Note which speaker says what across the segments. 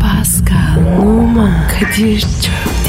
Speaker 1: Pascal, Oman, Kadir çok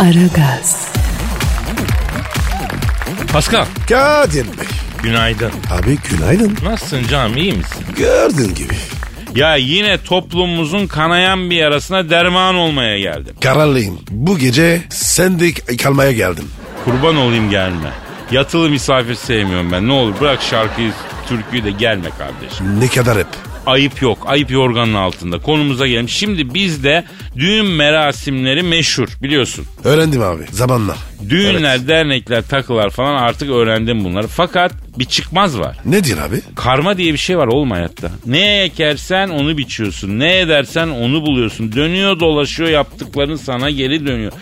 Speaker 1: Aragaz,
Speaker 2: Pascal.
Speaker 3: Kadir Bey.
Speaker 2: Günaydın.
Speaker 3: Abi günaydın.
Speaker 2: Nasılsın canım iyi misin?
Speaker 3: Gördüğün gibi.
Speaker 2: Ya yine toplumumuzun kanayan bir yarasına derman olmaya geldim.
Speaker 3: Kararlıyım. Bu gece sende kalmaya geldim.
Speaker 2: Kurban olayım gelme. Yatılı misafir sevmiyorum ben. Ne olur bırak şarkıyı, türküyü de gelme kardeşim.
Speaker 3: Ne kadar hep.
Speaker 2: Ayıp yok. Ayıp yorganın altında. Konumuza gelelim. Şimdi bizde düğün merasimleri meşhur biliyorsun.
Speaker 3: Öğrendim abi zamanla.
Speaker 2: Düğünler,
Speaker 3: Evet.
Speaker 2: dernekler, takılar falan artık öğrendim bunları. Fakat bir çıkmaz var.
Speaker 3: Nedir abi?
Speaker 2: Karma diye bir şey var oğlum hayatta. Ne ekersen onu biçiyorsun. Ne edersen onu buluyorsun. Dönüyor dolaşıyor yaptıkların sana geri dönüyor.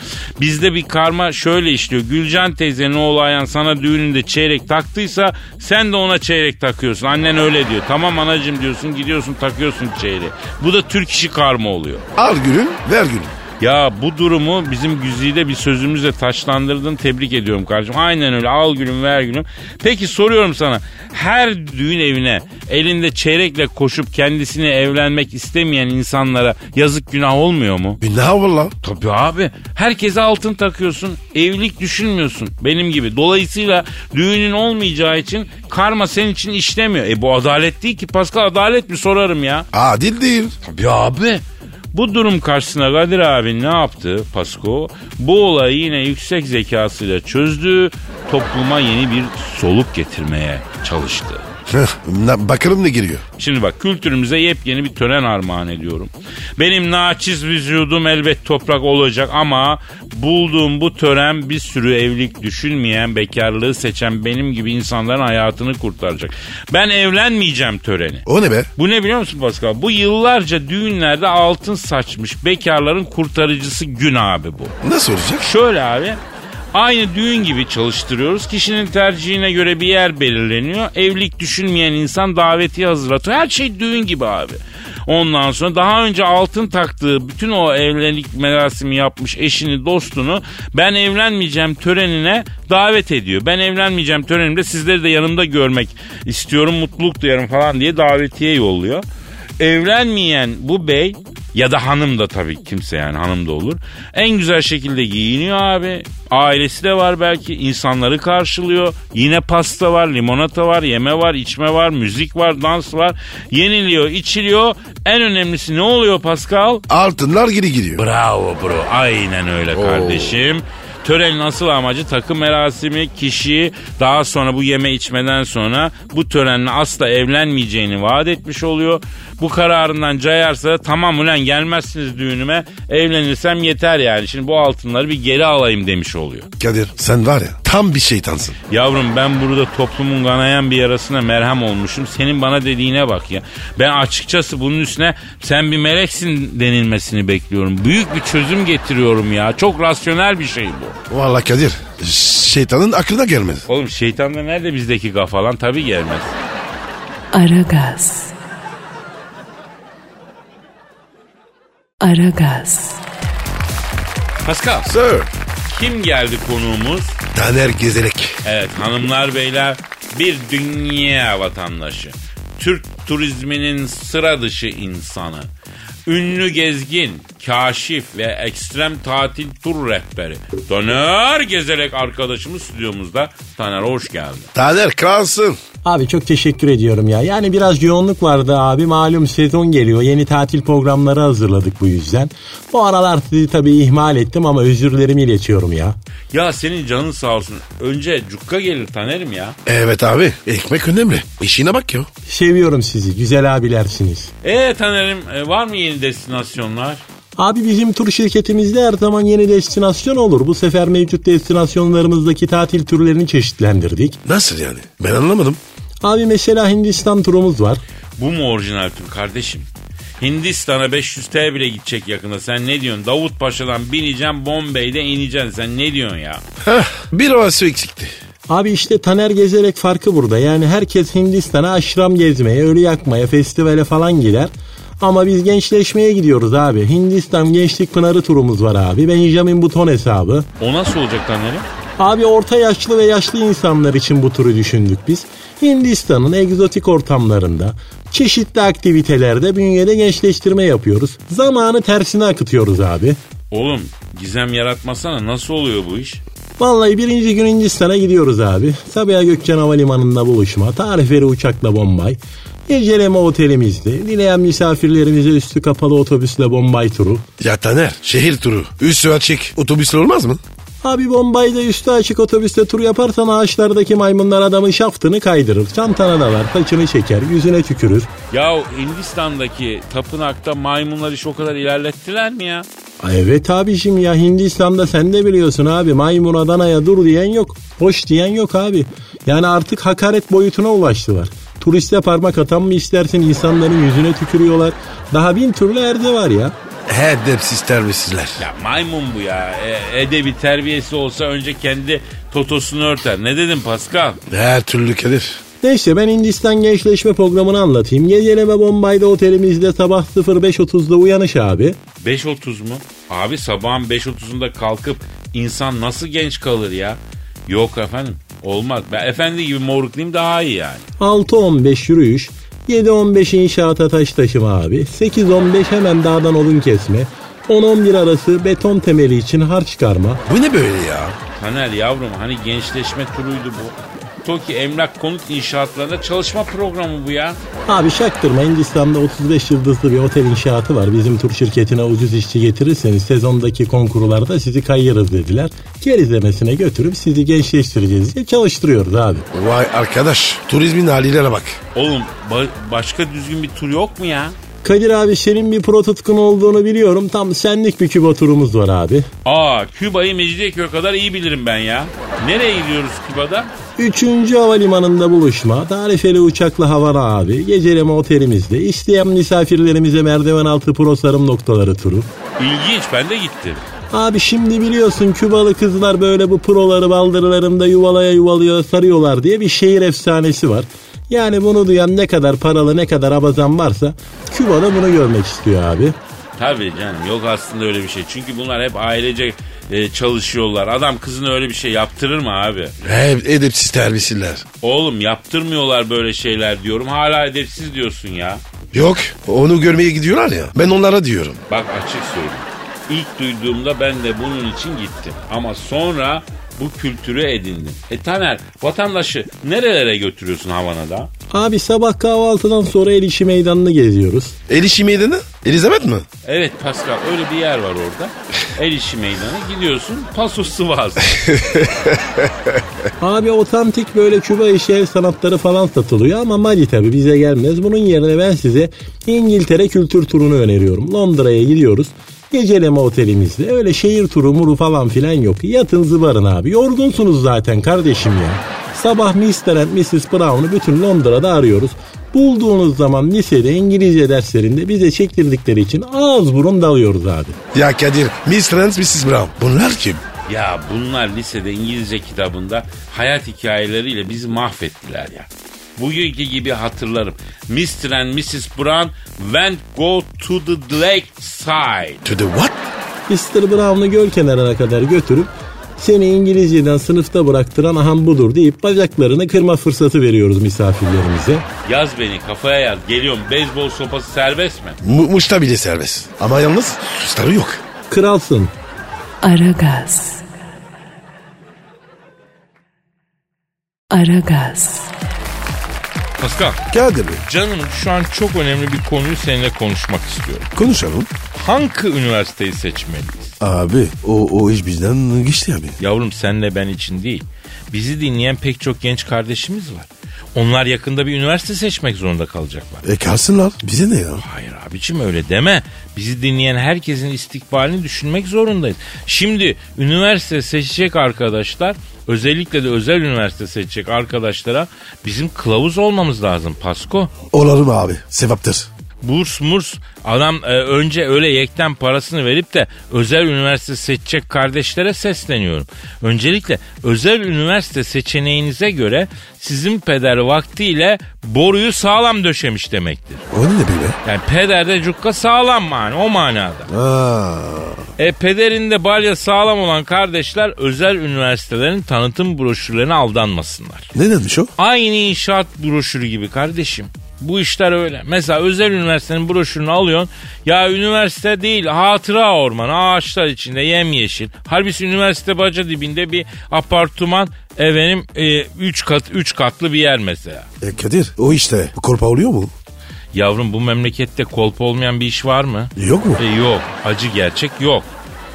Speaker 2: Bizde bir karma şöyle işliyor. Gülcan teyzenin oğlu Ayhan sana düğününde çeyrek taktıysa sen de ona çeyrek takıyorsun. Annen öyle diyor. Tamam anacım diyorsun gidiyorsun takıyorsun çeyreği. Bu da Türk işi karma oluyor.
Speaker 3: Al gülüm ver gülüm.
Speaker 2: Ya bu durumu bizim güzide bir sözümüzle taşlandırdın. Tebrik ediyorum kardeşim. Aynen öyle. Al gülüm ver gülüm. Peki soruyorum sana. Her düğün evine elinde çeyrekle koşup kendisini evlenmek istemeyen insanlara yazık günah olmuyor mu?
Speaker 3: Günah valla.
Speaker 2: Tabii abi. Herkese altın takıyorsun. Evlilik düşünmüyorsun. Benim gibi. Dolayısıyla düğünün olmayacağı için karma senin için işlemiyor. E bu adalet değil ki Pascal. Adalet mi sorarım ya?
Speaker 3: Adil değil.
Speaker 2: Tabii abi. Bu durum karşısında Kadir abi ne yaptı Pasko? Bu olayı yine yüksek zekasıyla çözdü. Topluma yeni bir soluk getirmeye çalıştı.
Speaker 3: Hıh, na- Bakalım ne giriyor.
Speaker 2: Şimdi bak kültürümüze yepyeni bir tören armağan ediyorum. Benim naçiz vücudum elbet toprak olacak ama bulduğum bu tören bir sürü evlilik düşünmeyen, bekarlığı seçen benim gibi insanların hayatını kurtaracak. Ben evlenmeyeceğim töreni.
Speaker 3: O ne be?
Speaker 2: Bu ne biliyor musun Pascal? Bu yıllarca düğünlerde altın saçmış bekarların kurtarıcısı gün abi bu.
Speaker 3: Nasıl olacak?
Speaker 2: Şöyle abi aynı düğün gibi çalıştırıyoruz. Kişinin tercihine göre bir yer belirleniyor. Evlilik düşünmeyen insan davetiye hazırlatıyor. Her şey düğün gibi abi. Ondan sonra daha önce altın taktığı bütün o evlilik merasimi yapmış eşini dostunu ben evlenmeyeceğim törenine davet ediyor. Ben evlenmeyeceğim törenimde sizleri de yanımda görmek istiyorum mutluluk duyarım falan diye davetiye yolluyor. Evlenmeyen bu bey ya da hanım da tabii kimse yani hanım da olur. En güzel şekilde giyiniyor abi. Ailesi de var belki. insanları karşılıyor. Yine pasta var, limonata var, yeme var, içme var, müzik var, dans var. Yeniliyor, içiliyor. En önemlisi ne oluyor Pascal?
Speaker 3: Altınlar geri giriyor.
Speaker 2: Bravo bro. Aynen öyle kardeşim. Törenin asıl amacı takım merasimi kişiyi daha sonra bu yeme içmeden sonra bu törenle asla evlenmeyeceğini vaat etmiş oluyor. Bu kararından cayarsa da tamam ulan gelmezsiniz düğünüme evlenirsem yeter yani. Şimdi bu altınları bir geri alayım demiş oluyor.
Speaker 3: Kadir sen var ya tam bir şeytansın.
Speaker 2: Yavrum ben burada toplumun kanayan bir yarasına merhem olmuşum. Senin bana dediğine bak ya. Ben açıkçası bunun üstüne sen bir meleksin denilmesini bekliyorum. Büyük bir çözüm getiriyorum ya. Çok rasyonel bir şey bu.
Speaker 3: Valla Kadir şeytanın aklına gelmedi.
Speaker 2: Oğlum şeytan da nerede bizdeki kafa lan? Tabii gelmez.
Speaker 1: Aragaz. Aragaz,
Speaker 2: Pascal
Speaker 3: Sir.
Speaker 2: kim geldi konuğumuz?
Speaker 3: Taner Gezerek.
Speaker 2: Evet hanımlar beyler bir dünya vatandaşı. Türk turizminin sıra dışı insanı. Ünlü gezgin, kaşif ve ekstrem tatil tur rehberi. Taner Gezerek arkadaşımız stüdyomuzda. Taner hoş geldin.
Speaker 3: Taner kralsın.
Speaker 4: Abi çok teşekkür ediyorum ya. Yani biraz yoğunluk vardı abi. Malum sezon geliyor. Yeni tatil programları hazırladık bu yüzden. Bu aralar sizi tabii ihmal ettim ama özürlerimi iletiyorum ya.
Speaker 2: Ya senin canın sağ olsun. Önce cukka gelir Taner'im ya.
Speaker 3: Evet abi ekmek önemli. İşine bak ya.
Speaker 4: Seviyorum sizi. Güzel abilersiniz.
Speaker 2: E Taner'im e, var mı yeni destinasyonlar?
Speaker 4: Abi bizim tur şirketimizde her zaman yeni destinasyon olur. Bu sefer mevcut destinasyonlarımızdaki tatil türlerini çeşitlendirdik.
Speaker 3: Nasıl yani? Ben anlamadım.
Speaker 4: Abi mesela Hindistan turumuz var.
Speaker 2: Bu mu orijinal tur kardeşim? Hindistan'a 500 T bile gidecek yakında. Sen ne diyorsun? Davut Paşa'dan bineceksin Bombay'de ineceksin. Sen ne diyorsun ya?
Speaker 3: Heh, bir havası eksikti.
Speaker 4: Abi işte Taner gezerek farkı burada. Yani herkes Hindistan'a aşram gezmeye, ölü yakmaya, festivale falan gider. Ama biz gençleşmeye gidiyoruz abi. Hindistan Gençlik Pınarı turumuz var abi. Benjamin Button hesabı.
Speaker 2: O nasıl olacak Taner'im?
Speaker 4: Abi orta yaşlı ve yaşlı insanlar için bu turu düşündük biz. Hindistan'ın egzotik ortamlarında çeşitli aktivitelerde bünyede gençleştirme yapıyoruz. Zamanı tersine akıtıyoruz abi.
Speaker 2: Oğlum gizem yaratmasana nasıl oluyor bu iş?
Speaker 4: Vallahi birinci gün Hindistan'a gidiyoruz abi. Sabiha Gökçen Havalimanı'nda buluşma, tarifleri uçakla Bombay. Geceleme otelimizde, dileyen misafirlerimize üstü kapalı otobüsle Bombay turu.
Speaker 3: Ya Taner şehir turu. Üstü açık otobüsle olmaz mı?
Speaker 4: Abi Bombay'da üstü açık otobüste tur yaparsan ağaçlardaki maymunlar adamın şaftını kaydırır. Çantana dalar, saçını çeker, yüzüne tükürür.
Speaker 2: Ya Hindistan'daki tapınakta maymunlar iş o kadar ilerlettiler mi ya?
Speaker 4: Ay Evet abicim ya Hindistan'da sen de biliyorsun abi maymun Adana'ya dur diyen yok. Hoş diyen yok abi. Yani artık hakaret boyutuna ulaştılar. Turiste parmak atan mı istersin insanların yüzüne tükürüyorlar. Daha bin türlü erdi var ya.
Speaker 3: Hedepsiz terbiyesizler.
Speaker 2: Ya maymun bu ya. E, edebi terbiyesi olsa önce kendi totosunu örter. Ne dedim Pascal?
Speaker 3: Her türlü kedir.
Speaker 4: Neyse ben Hindistan gençleşme programını anlatayım. Geceleme Bombay'da otelimizde sabah 05.30'da uyanış abi.
Speaker 2: 5.30 mu? Abi sabahın 5.30'unda kalkıp insan nasıl genç kalır ya? Yok efendim olmaz. Ben efendi gibi moruklayayım daha iyi yani.
Speaker 4: 6.15 yürüyüş, 7.15 inşaata taş taşıma abi, 8.15 hemen dağdan odun kesme, 10-11 arası beton temeli için harç çıkarma.
Speaker 3: Bu ne böyle ya?
Speaker 2: Taner yavrum hani gençleşme turuydu bu. Toki emlak konut inşaatlarında çalışma programı bu ya.
Speaker 4: Abi şaktırma Hindistan'da 35 yıldızlı bir otel inşaatı var. Bizim tur şirketine ucuz işçi getirirseniz sezondaki konkurlarda sizi kayırız dediler. Gel izlemesine götürüp sizi gençleştireceğiz diye çalıştırıyoruz abi.
Speaker 3: Vay arkadaş turizmin halilere bak.
Speaker 2: Oğlum ba- başka düzgün bir tur yok mu ya?
Speaker 4: Kadir abi senin bir pro tutkun olduğunu biliyorum. Tam senlik bir Küba turumuz var abi.
Speaker 2: Aa Küba'yı Mecidiyeköy'e kadar iyi bilirim ben ya. Nereye gidiyoruz Küba'da?
Speaker 4: Üçüncü havalimanında buluşma, tarifeli uçakla Havana abi, geceleme otelimizde, isteyen misafirlerimize merdiven altı pro sarım noktaları turu.
Speaker 2: İlginç ben de gittim.
Speaker 4: Abi şimdi biliyorsun Kübalı kızlar böyle bu proları baldırlarında yuvalaya yuvalıyor sarıyorlar diye bir şehir efsanesi var. Yani bunu duyan ne kadar paralı ne kadar abazan varsa Küba'da bunu görmek istiyor abi.
Speaker 2: Tabii canım yok aslında öyle bir şey. Çünkü bunlar hep ailece e, çalışıyorlar. Adam kızına öyle bir şey yaptırır mı abi?
Speaker 3: He, edepsiz terbiyesizler.
Speaker 2: Oğlum yaptırmıyorlar böyle şeyler diyorum. Hala edepsiz diyorsun ya.
Speaker 3: Yok onu görmeye gidiyorlar ya. Ben onlara diyorum.
Speaker 2: Bak açık söyleyeyim. İlk duyduğumda ben de bunun için gittim. Ama sonra bu kültürü edindim. E Taner vatandaşı nerelere götürüyorsun Havana'da?
Speaker 4: Abi sabah kahvaltıdan sonra el işi meydanını geziyoruz.
Speaker 3: El işi meydanı? Elizabeth mi?
Speaker 2: Evet Pascal öyle bir yer var orada. El işi meydanı gidiyorsun paso sıvaz.
Speaker 4: Abi otantik böyle Küba işi el sanatları falan satılıyor ama Mali tabi bize gelmez. Bunun yerine ben size İngiltere kültür turunu öneriyorum. Londra'ya gidiyoruz. Geceleme otelimizde öyle şehir turu muru falan filan yok. Yatın zıbarın abi. Yorgunsunuz zaten kardeşim ya. Sabah Mr. and Mrs. Brown'u bütün Londra'da arıyoruz. Bulduğunuz zaman lisede İngilizce derslerinde bize çektirdikleri için ağız burun dalıyoruz abi.
Speaker 3: Ya Kadir, Miss Trans, Mrs. Brown. Bunlar kim?
Speaker 2: ya bunlar lisede İngilizce kitabında hayat hikayeleriyle bizi mahvettiler ya. Bugünkü gibi hatırlarım. Mr. and Mrs. Brown went go to the lake side.
Speaker 3: To the what?
Speaker 4: Mr. Brown'u göl kenarına kadar götürüp seni İngilizceden sınıfta bıraktıran aham budur deyip bacaklarını kırma fırsatı veriyoruz misafirlerimize.
Speaker 2: Yaz beni kafaya yaz. Geliyorum. Beyzbol sopası serbest mi?
Speaker 3: Mu- Muş'ta bile serbest. Ama yalnız suçları yok.
Speaker 4: Kralsın.
Speaker 1: Aragaz. Aragaz.
Speaker 2: Pascal.
Speaker 3: Kadir Bey,
Speaker 2: Canım şu an çok önemli bir konuyu seninle konuşmak istiyorum.
Speaker 3: konuşalım.
Speaker 2: Hangi üniversiteyi seçmeliyiz?
Speaker 3: Abi o, o iş bizden geçti abi.
Speaker 2: Yavrum senle ben için değil. Bizi dinleyen pek çok genç kardeşimiz var. Onlar yakında bir üniversite seçmek zorunda kalacaklar.
Speaker 3: E kalsınlar. Bize ne ya?
Speaker 2: Hayır abicim öyle deme. Bizi dinleyen herkesin istikbalini düşünmek zorundayız. Şimdi üniversite seçecek arkadaşlar özellikle de özel üniversite seçecek arkadaşlara bizim kılavuz olmamız lazım Pasko.
Speaker 3: Olalım abi. Sevaptır.
Speaker 2: burs murs adam e, önce öyle yekten parasını verip de özel üniversite seçecek kardeşlere sesleniyorum. Öncelikle özel üniversite seçeneğinize göre sizin peder vaktiyle boruyu sağlam döşemiş demektir.
Speaker 3: O ne be?
Speaker 2: Yani pederde cukka sağlam mani o manada. E pederinde balya sağlam olan kardeşler özel üniversitelerin tanıtım broşürlerine aldanmasınlar.
Speaker 3: Ne demiş o?
Speaker 2: Aynı inşaat broşürü gibi kardeşim. Bu işler öyle. Mesela özel üniversitenin broşürünü alıyorsun. Ya üniversite değil hatıra ormanı ağaçlar içinde yemyeşil. Halbuki üniversite baca dibinde bir apartman e, efendim 3 kat 3 katlı bir yer mesela.
Speaker 3: E Kadir o işte. Korpa oluyor mu?
Speaker 2: Yavrum bu memlekette kolpa olmayan bir iş var mı?
Speaker 3: Yok mu?
Speaker 2: E, yok. Acı gerçek yok.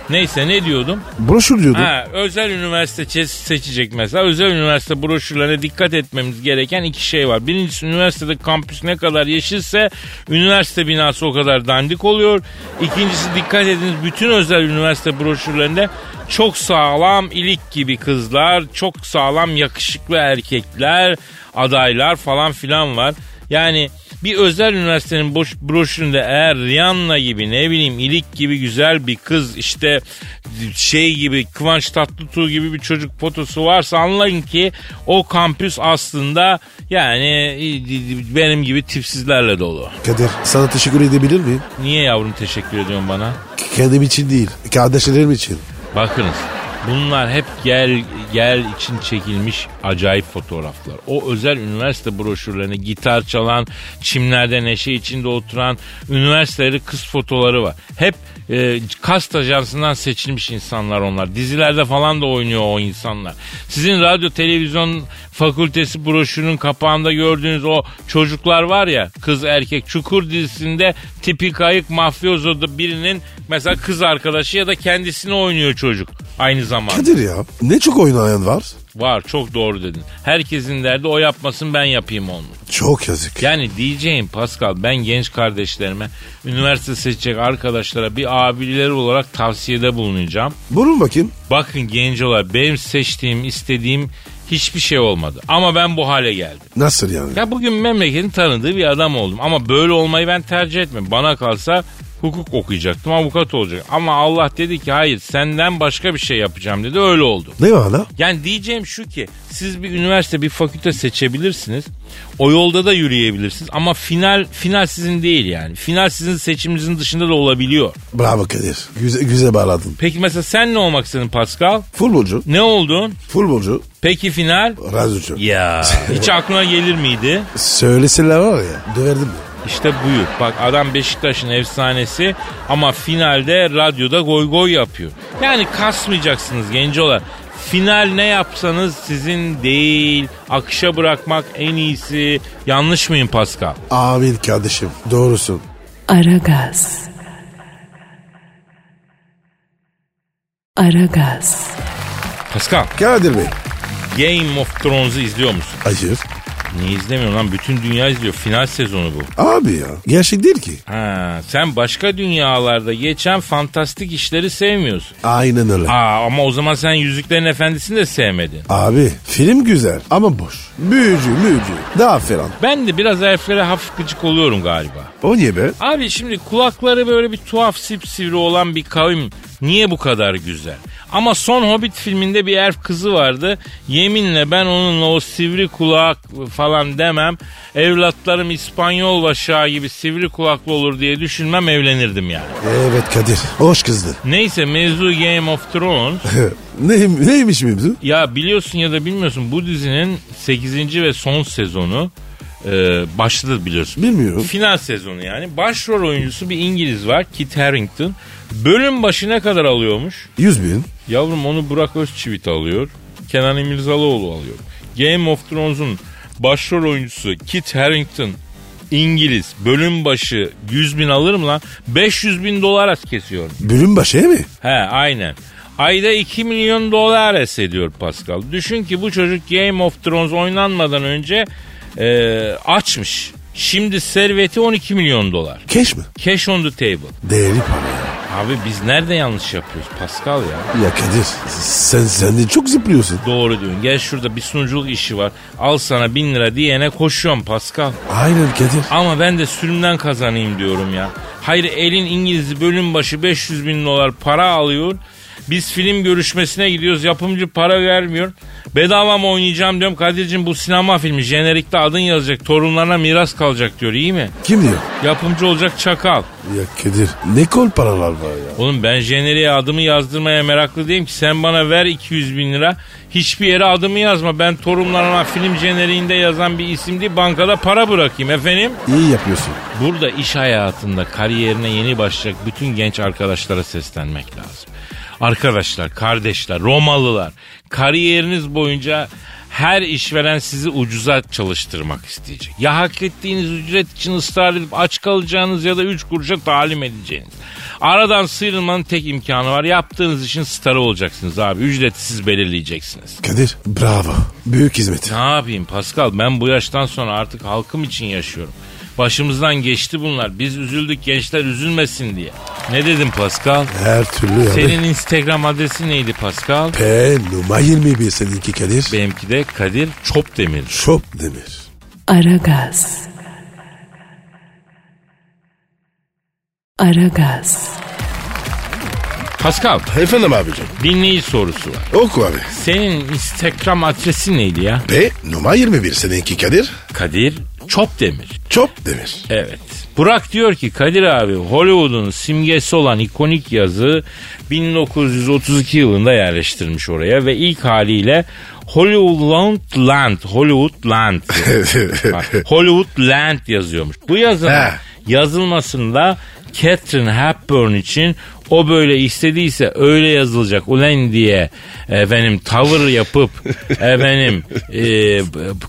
Speaker 2: Neyse ne diyordum?
Speaker 3: Broşür diyordun.
Speaker 2: Ha, özel üniversite çe- seçecek mesela. Özel üniversite broşürlerine dikkat etmemiz gereken iki şey var. Birincisi üniversitede kampüs ne kadar yeşilse üniversite binası o kadar dandik oluyor. İkincisi dikkat ediniz bütün özel üniversite broşürlerinde çok sağlam ilik gibi kızlar, çok sağlam yakışıklı erkekler, adaylar falan filan var. Yani bir özel üniversitenin boş broşüründe eğer Rihanna gibi ne bileyim ilik gibi güzel bir kız işte şey gibi Kıvanç Tatlıtuğ gibi bir çocuk potosu varsa anlayın ki o kampüs aslında yani benim gibi tipsizlerle dolu.
Speaker 3: Kadir sana teşekkür edebilir miyim?
Speaker 2: Niye yavrum teşekkür ediyorsun bana?
Speaker 3: Kendim için değil. Kardeşlerim için.
Speaker 2: Bakınız bunlar hep gel gel için çekilmiş acayip fotoğraflar. O özel üniversite broşürlerine gitar çalan, çimlerde neşe içinde oturan üniversiteli kız fotoları var. Hep e, kast ajansından seçilmiş insanlar onlar. Dizilerde falan da oynuyor o insanlar. Sizin radyo televizyon fakültesi broşürünün kapağında gördüğünüz o çocuklar var ya kız erkek çukur dizisinde tipi kayık mafyozoda birinin mesela kız arkadaşı ya da kendisini oynuyor çocuk aynı zamanda.
Speaker 3: Kadir ya ne çok oynayan var.
Speaker 2: Var çok doğru dedin. Herkesin derdi o yapmasın ben yapayım onu.
Speaker 3: Çok yazık.
Speaker 2: Yani diyeceğim Pascal ben genç kardeşlerime üniversite seçecek arkadaşlara bir abileri olarak tavsiyede bulunacağım.
Speaker 3: Bulun bakayım.
Speaker 2: Bakın gencolar benim seçtiğim istediğim hiçbir şey olmadı. Ama ben bu hale geldim.
Speaker 3: Nasıl yani?
Speaker 2: Ya bugün memleketin tanıdığı bir adam oldum. Ama böyle olmayı ben tercih etmem. Bana kalsa hukuk okuyacaktım, avukat olacak. Ama Allah dedi ki hayır senden başka bir şey yapacağım dedi. Öyle oldu.
Speaker 3: Ne var lan?
Speaker 2: Yani diyeceğim şu ki siz bir üniversite bir fakülte seçebilirsiniz. O yolda da yürüyebilirsiniz ama final final sizin değil yani. Final sizin seçiminizin dışında da olabiliyor.
Speaker 3: Bravo Kadir. Güzel, güzel bağladın.
Speaker 2: Peki mesela sen ne olmak istedin Pascal?
Speaker 3: Futbolcu.
Speaker 2: Ne oldun?
Speaker 3: Futbolcu.
Speaker 2: Peki final?
Speaker 3: Radyocu.
Speaker 2: Ya hiç aklına gelir miydi?
Speaker 3: Söyleseler var ya. Döverdim. ya.
Speaker 2: İşte buyur. Bak adam Beşiktaş'ın efsanesi ama finalde radyoda goy goy yapıyor. Yani kasmayacaksınız gencolar. Final ne yapsanız sizin değil. Akışa bırakmak en iyisi. Yanlış mıyım Pascal?
Speaker 3: Amin kardeşim. Doğrusun.
Speaker 1: Aragaz. Aragaz.
Speaker 2: Pascal,
Speaker 3: Kadir Bey.
Speaker 2: Game of Thrones'u izliyor musun?
Speaker 3: Hayır.
Speaker 2: Ne izlemiyorum lan? Bütün dünya izliyor. Final sezonu bu.
Speaker 3: Abi ya. Gerçek değil ki.
Speaker 2: Ha, sen başka dünyalarda geçen fantastik işleri sevmiyorsun.
Speaker 3: Aynen öyle.
Speaker 2: Aa, ama o zaman sen Yüzüklerin Efendisi'ni de sevmedin.
Speaker 3: Abi film güzel ama boş. Büyücü müyücü. Daha falan.
Speaker 2: Ben de biraz heriflere hafif gıcık oluyorum galiba.
Speaker 3: O niye be?
Speaker 2: Abi şimdi kulakları böyle bir tuhaf sipsivri olan bir kavim niye bu kadar güzel? Ama son Hobbit filminde bir elf kızı vardı. Yeminle ben onunla o sivri kulak falan demem. Evlatlarım İspanyol başağı gibi sivri kulaklı olur diye düşünmem evlenirdim yani.
Speaker 3: Evet Kadir. Hoş kızdı.
Speaker 2: Neyse mevzu Game of Thrones.
Speaker 3: Neyim, neymiş mevzu?
Speaker 2: Ya biliyorsun ya da bilmiyorsun bu dizinin 8. ve son sezonu e, başladı biliyorsun.
Speaker 3: Bilmiyorum.
Speaker 2: Final sezonu yani. Başrol oyuncusu bir İngiliz var Kit Harington. Bölüm başına kadar alıyormuş.
Speaker 3: 100 bin.
Speaker 2: Yavrum onu Burak Özçivit alıyor. Kenan İmirzalıoğlu alıyor. Game of Thrones'un başrol oyuncusu Kit Harington İngiliz bölüm başı 100 bin alırım lan 500 bin dolar az kesiyor.
Speaker 3: Bölüm başı mi?
Speaker 2: He aynen. Ayda 2 milyon dolar es ediyor Pascal. Düşün ki bu çocuk Game of Thrones oynanmadan önce e, açmış. Şimdi serveti 12 milyon dolar.
Speaker 3: Keş mi?
Speaker 2: Cash on the table.
Speaker 3: Değerli para ya.
Speaker 2: Abi biz nerede yanlış yapıyoruz Pascal ya?
Speaker 3: Ya Kadir sen sen de çok zıplıyorsun.
Speaker 2: Doğru diyorsun. Gel şurada bir sunuculuk işi var. Al sana bin lira diyene koşuyorum Pascal.
Speaker 3: Aynen Kadir.
Speaker 2: Ama ben de sürümden kazanayım diyorum ya. Hayır elin İngiliz bölüm başı 500 bin dolar para alıyor. Biz film görüşmesine gidiyoruz. Yapımcı para vermiyor. Bedava mı oynayacağım diyorum. Kadir'cim bu sinema filmi. Jenerikte adın yazacak. Torunlarına miras kalacak diyor. İyi mi?
Speaker 3: Kim diyor?
Speaker 2: Yapımcı olacak çakal.
Speaker 3: Ya Kadir ne kol paralar var ya.
Speaker 2: Oğlum ben jeneriğe adımı yazdırmaya meraklı değilim ki sen bana ver 200 bin lira. Hiçbir yere adımı yazma. Ben torunlarıma film jeneriğinde yazan bir isim değil bankada para bırakayım efendim.
Speaker 3: İyi yapıyorsun.
Speaker 2: Burada iş hayatında kariyerine yeni başlayacak bütün genç arkadaşlara seslenmek lazım. Arkadaşlar, kardeşler, Romalılar kariyeriniz boyunca her işveren sizi ucuza çalıştırmak isteyecek. Ya hak ettiğiniz ücret için ısrar edip aç kalacağınız ya da üç kuruşa talim edeceğiniz. Aradan sıyrılmanın tek imkanı var. Yaptığınız işin starı olacaksınız abi. Ücreti siz belirleyeceksiniz.
Speaker 3: Kadir bravo. Büyük hizmet.
Speaker 2: Ne yapayım Pascal ben bu yaştan sonra artık halkım için yaşıyorum. Başımızdan geçti bunlar. Biz üzüldük gençler üzülmesin diye. Ne dedim Pascal?
Speaker 3: Her türlü yani.
Speaker 2: Senin Instagram adresi neydi Pascal?
Speaker 3: P numara 21 seninki Kadir.
Speaker 2: Benimki de Kadir Çopdemir.
Speaker 3: Şop demir.
Speaker 1: Aragaz. Aragaz.
Speaker 2: Pascal
Speaker 3: Efendim abicim.
Speaker 2: dinleyici sorusu var.
Speaker 3: Oku abi.
Speaker 2: Senin Instagram adresi neydi ya?
Speaker 3: P numara 21 seninki Kadir.
Speaker 2: Kadir Çopdemir.
Speaker 3: Çop demir.
Speaker 2: Evet. Burak diyor ki Kadir abi Hollywood'un simgesi olan ikonik yazı 1932 yılında yerleştirmiş oraya ve ilk haliyle Hollywood Land, Hollywood Land, Bak, Hollywood Land yazıyormuş. Bu yazının
Speaker 3: He.
Speaker 2: yazılmasında Catherine Hepburn için o böyle istediyse öyle yazılacak ulen diye efendim tavır yapıp efendim e,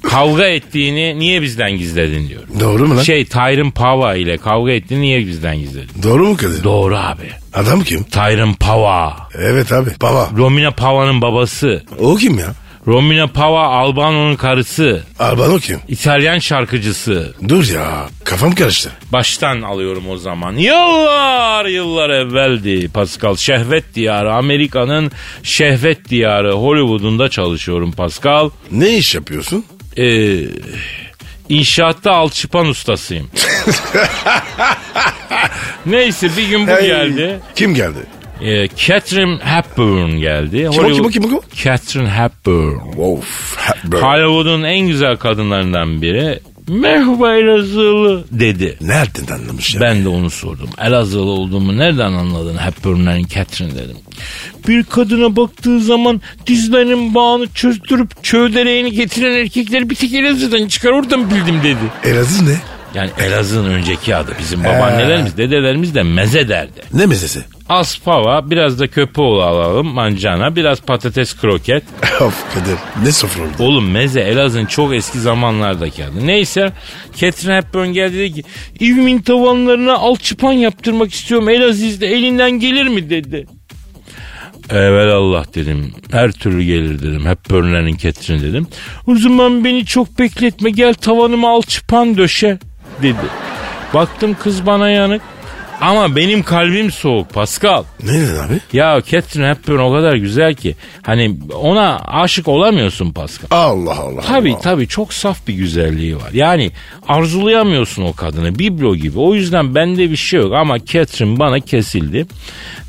Speaker 2: kavga ettiğini niye bizden gizledin diyor.
Speaker 3: Doğru mu lan?
Speaker 2: Şey Tyrone Pava ile kavga etti niye bizden gizledi?
Speaker 3: Doğru mu Kadir?
Speaker 2: Doğru abi.
Speaker 3: Adam kim?
Speaker 2: Tyrone Pava.
Speaker 3: Evet abi. Baba.
Speaker 2: Romina Pava'nın babası.
Speaker 3: O kim ya?
Speaker 2: Romina Pava Albano'nun karısı.
Speaker 3: Albano kim?
Speaker 2: İtalyan şarkıcısı.
Speaker 3: Dur ya. Kafam karıştı.
Speaker 2: Baştan alıyorum o zaman. Yıllar yıllar evveldi Pascal. Şehvet diyarı. Amerika'nın şehvet diyarı. Hollywood'unda çalışıyorum Pascal.
Speaker 3: Ne iş yapıyorsun?
Speaker 2: Ee, inşaatta alçıpan ustasıyım. Neyse bir gün bu
Speaker 3: Hey,
Speaker 2: geldi.
Speaker 3: Kim geldi?
Speaker 2: E, Catherine Hepburn geldi. Kim
Speaker 3: o, kim o, kim o, kim o?
Speaker 2: Catherine Hepburn.
Speaker 3: Of. Hepburn.
Speaker 2: Hollywood'un en güzel kadınlarından biri. Merhaba Elazığlı dedi.
Speaker 3: Nereden anlamış ya?
Speaker 2: Ben de onu sordum. Elazığlı olduğumu nereden anladın Hepburn'ların Catherine dedim. Bir kadına baktığı zaman dizlerinin bağını çözdürüp çöğdereğini getiren erkekleri bir tek Elazığ'dan çıkar oradan bildim dedi.
Speaker 3: Elazığ ne?
Speaker 2: Yani Elazığ'ın önceki adı bizim babaannelerimiz dedelerimiz de meze derdi.
Speaker 3: Ne mezesi?
Speaker 2: Aspava, biraz da köpeğoğlu alalım mancana, biraz patates kroket.
Speaker 3: of Kadir. Ne sofra oldu?
Speaker 2: Oğlum meze Elazığ'ın çok eski zamanlardaki adı. Neyse Catherine Hepburn geldi dedi ki evimin tavanlarına alçıpan yaptırmak istiyorum Elazığ'da elinden gelir mi dedi. Evvel Allah dedim. Her türlü gelir dedim. Hep Burnley'nin Catherine dedim. O zaman beni çok bekletme gel tavanıma alçıpan döşe dedi. Baktım kız bana yanık. Ama benim kalbim soğuk Pascal.
Speaker 3: Ne dedin abi?
Speaker 2: Ya Catherine Hepburn o kadar güzel ki hani ona aşık olamıyorsun Pascal.
Speaker 3: Allah Allah.
Speaker 2: Tabii
Speaker 3: Allah.
Speaker 2: tabii çok saf bir güzelliği var. Yani arzulayamıyorsun o kadını biblo gibi. O yüzden bende bir şey yok ama Catherine bana kesildi.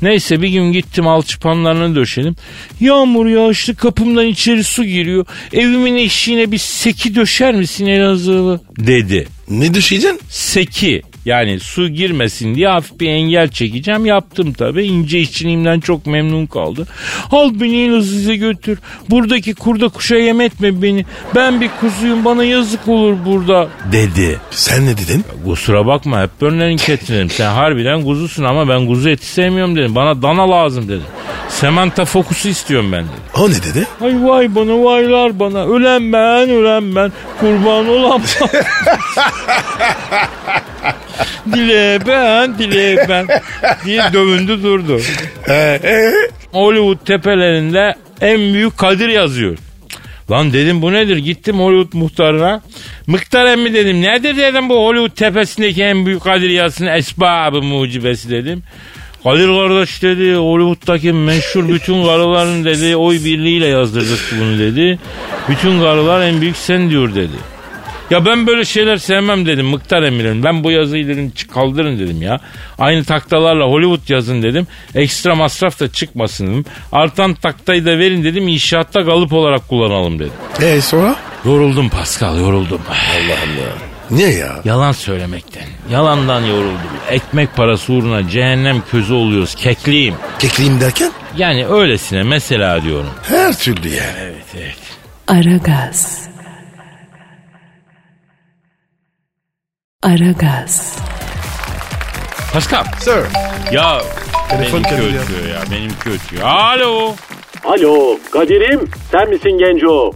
Speaker 2: Neyse bir gün gittim alçıpanlarını döşedim. Yağmur yağışlı kapımdan içeri su giriyor. Evimin eşiğine bir seki döşer misin Elazığlı dedi.
Speaker 3: Ne düşeceksin?
Speaker 2: Seki yani su girmesin diye hafif bir engel çekeceğim. Yaptım tabii. İnce içliğimden çok memnun kaldı. Al beni Elazığ'a götür. Buradaki kurda kuşa yem etme beni. Ben bir kuzuyum bana yazık olur burada dedi.
Speaker 3: Sen ne dedin?
Speaker 2: Kusura bakma hep bönlerin ketirim. Sen harbiden kuzusun ama ben kuzu eti sevmiyorum dedim. Bana dana lazım dedim. Semanta fokusu istiyorum ben dedim.
Speaker 3: O ne dedi?
Speaker 2: Ay vay bana vaylar bana. Ölen ben ölen ben. Kurban olan ben. dile ben dile ben diye dövündü durdu. Hollywood tepelerinde en büyük Kadir yazıyor. Lan dedim bu nedir? Gittim Hollywood muhtarına. Mıktar emmi dedim. Nedir dedim bu Hollywood tepesindeki en büyük Kadir yazısının esbabı mucibesi dedim. Kadir kardeş dedi Hollywood'daki meşhur bütün karıların dedi oy birliğiyle yazdırdık bunu dedi. Bütün karılar en büyük sen diyor dedi. Ya ben böyle şeyler sevmem dedim Mıktar Emir'in. Ben bu yazıyı dedim çık- kaldırın dedim ya. Aynı taktalarla Hollywood yazın dedim. Ekstra masraf da çıkmasın dedim. Artan taktayı da verin dedim inşaatta kalıp olarak kullanalım dedim.
Speaker 3: E sonra?
Speaker 2: Yoruldum Pascal yoruldum.
Speaker 3: Niye ya?
Speaker 2: Yalan söylemekten. Yalandan yoruldum. Ekmek parası uğruna cehennem közü oluyoruz. Kekliyim.
Speaker 3: Kekliyim derken
Speaker 2: Yani öylesine mesela diyorum.
Speaker 3: her türlü yani.
Speaker 1: Aragaz. Aragaz.
Speaker 2: Pascal.
Speaker 3: Sir.
Speaker 2: Ya
Speaker 3: Telefon
Speaker 2: benimki
Speaker 3: çalıyor.
Speaker 2: ötüyor ya. Benimki ötüyor. Alo.
Speaker 4: Alo Kadir'im sen misin Genco?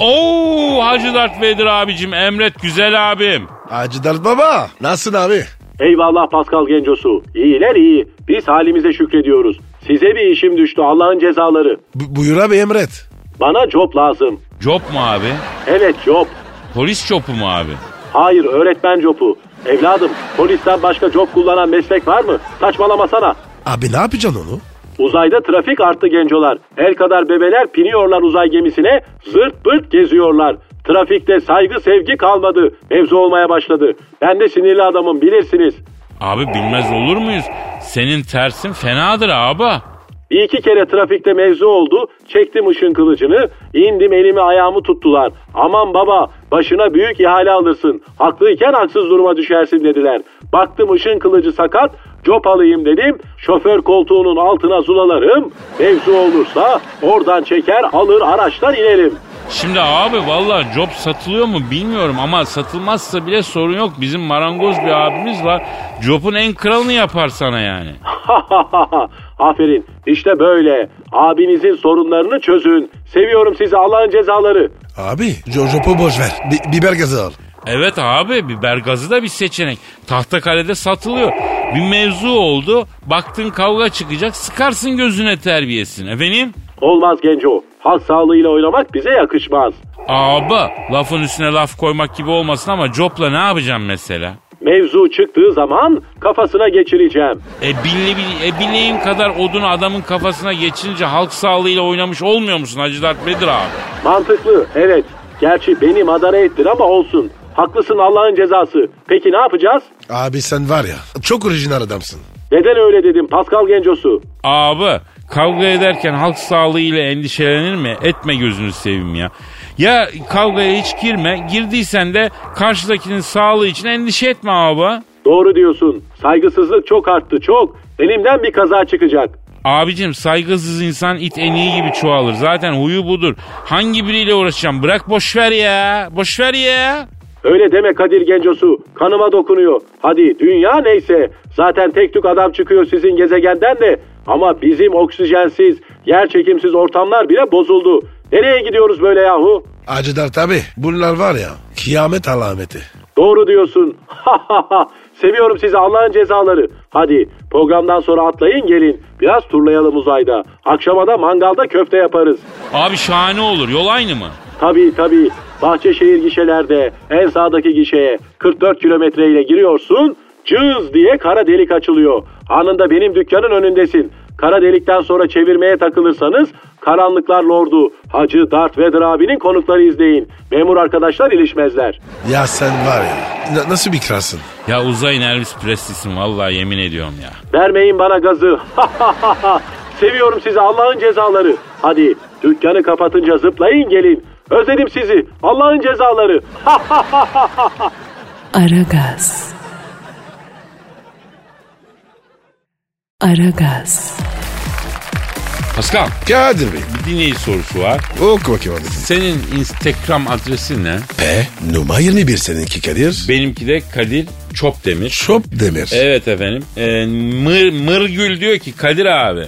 Speaker 2: Oo Hacı Dert Vedir abicim. Emret güzel abim.
Speaker 3: Hacı Dert Baba. Nasılsın abi?
Speaker 4: Eyvallah Pascal Gencosu. İyiler iyi. Biz halimize şükrediyoruz. Size bir işim düştü Allah'ın cezaları.
Speaker 3: Bu buyur abi emret.
Speaker 4: Bana job lazım.
Speaker 2: Job mu abi?
Speaker 4: Evet job.
Speaker 2: Polis jobu mu abi?
Speaker 4: Hayır öğretmen jobu. Evladım polisten başka job kullanan meslek var mı? Saçmalamasana.
Speaker 3: Abi ne yapacaksın onu?
Speaker 4: Uzayda trafik arttı gencolar. El kadar bebeler piniyorlar uzay gemisine zırt pırt geziyorlar. Trafikte saygı sevgi kalmadı. Mevzu olmaya başladı. Ben de sinirli adamım bilirsiniz.
Speaker 2: Abi bilmez olur muyuz? Senin tersin fenadır abi.
Speaker 4: Bir iki kere trafikte mevzu oldu. Çektim ışın kılıcını. indim elimi ayağımı tuttular. Aman baba başına büyük ihale alırsın. Haklıyken haksız duruma düşersin dediler. Baktım ışın kılıcı sakat. Cop alayım dedim. Şoför koltuğunun altına zulalarım. Mevzu olursa oradan çeker alır araçtan inerim.
Speaker 2: Şimdi abi valla job satılıyor mu bilmiyorum ama satılmazsa bile sorun yok. Bizim marangoz bir abimiz var. Job'un en kralını yapar sana yani.
Speaker 4: Aferin işte böyle. Abinizin sorunlarını çözün. Seviyorum sizi Allah'ın cezaları.
Speaker 3: Abi Jojopo boş ver. Bi- biber gazı al.
Speaker 2: Evet abi biber gazı da bir seçenek. Tahtakale'de satılıyor. Bir mevzu oldu. Baktın kavga çıkacak. Sıkarsın gözüne terbiyesin. Efendim?
Speaker 4: Olmaz Genco. Halk sağlığıyla oynamak bize yakışmaz.
Speaker 2: Abi lafın üstüne laf koymak gibi olmasın ama jobla ne yapacağım mesela?
Speaker 4: Mevzu çıktığı zaman kafasına geçireceğim.
Speaker 2: E, billi, bil- e bileyim kadar odunu adamın kafasına geçince halk sağlığıyla oynamış olmuyor musun Hacı Dert Bedir abi?
Speaker 4: Mantıklı, evet. Gerçi beni madara ettir ama olsun. Haklısın Allah'ın cezası. Peki ne yapacağız?
Speaker 3: Abi sen var ya çok orijinal adamsın.
Speaker 4: Neden öyle dedim Pascal Gencosu?
Speaker 2: Abi kavga ederken halk sağlığıyla endişelenir mi? Etme gözünü seveyim ya. Ya kavgaya hiç girme. Girdiysen de karşıdakinin sağlığı için endişe etme abi.
Speaker 4: Doğru diyorsun. Saygısızlık çok arttı, çok. Elimden bir kaza çıkacak.
Speaker 2: Abicim saygısız insan it eniği gibi çoğalır. Zaten huyu budur. Hangi biriyle uğraşacağım? Bırak boş ver ya. Boş ver ya.
Speaker 4: Öyle deme Kadir Gencosu. Kanıma dokunuyor. Hadi dünya neyse. Zaten tek tük adam çıkıyor sizin gezegenden de. Ama bizim oksijensiz, yer çekimsiz ortamlar bile bozuldu. Nereye gidiyoruz böyle yahu?
Speaker 3: Hacı Dert abi bunlar var ya kıyamet alameti.
Speaker 4: Doğru diyorsun. Seviyorum sizi Allah'ın cezaları. Hadi programdan sonra atlayın gelin. Biraz turlayalım uzayda. Akşama da mangalda köfte yaparız.
Speaker 2: Abi şahane olur. Yol aynı mı?
Speaker 4: Tabii tabii. Bahçeşehir gişelerde en sağdaki gişeye 44 kilometre ile giriyorsun. Cız diye kara delik açılıyor. Anında benim dükkanın önündesin. Kara delikten sonra çevirmeye takılırsanız Karanlıklar Lordu, Hacı Darth Vader abinin konukları izleyin. Memur arkadaşlar ilişmezler.
Speaker 3: Ya sen var ya na- nasıl bir kralsın?
Speaker 2: Ya uzayın Elvis Presley'sin vallahi yemin ediyorum ya.
Speaker 4: Vermeyin bana gazı. Seviyorum sizi Allah'ın cezaları. Hadi dükkanı kapatınca zıplayın gelin. Özledim sizi Allah'ın cezaları.
Speaker 1: Aragaz. Aragaz.
Speaker 2: Pascal
Speaker 3: Kadir Bey
Speaker 2: bir dinleyici sorusu var.
Speaker 3: oku bakayım hadi.
Speaker 2: Senin Instagram adresin ne?
Speaker 3: P numara 21 seninki Kadir.
Speaker 2: Benimki de Kadir Çopdemir.
Speaker 3: Şop demir.
Speaker 2: Evet efendim. Ee, Mır, Mırgül diyor ki Kadir abi.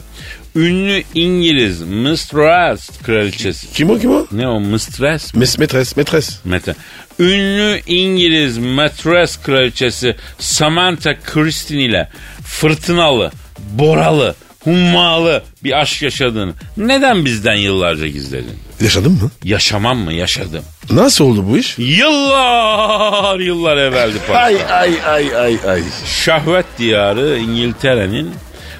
Speaker 2: Ünlü İngiliz Mistress kraliçesi.
Speaker 3: Kim o kim o?
Speaker 2: Ne o Mistress mi?
Speaker 3: Mes metres metres.
Speaker 2: Mete. Ünlü İngiliz Mistress kraliçesi Samantha Christine ile fırtınalı, boralı, hummalı bir aşk yaşadığını neden bizden yıllarca gizledin?
Speaker 3: Yaşadın mı?
Speaker 2: Yaşamam mı yaşadım?
Speaker 3: Nasıl oldu bu iş?
Speaker 2: Yıllar yıllar evveldi Pascal. Şey.
Speaker 3: ay ay ay ay.
Speaker 2: Şahvet diyarı İngiltere'nin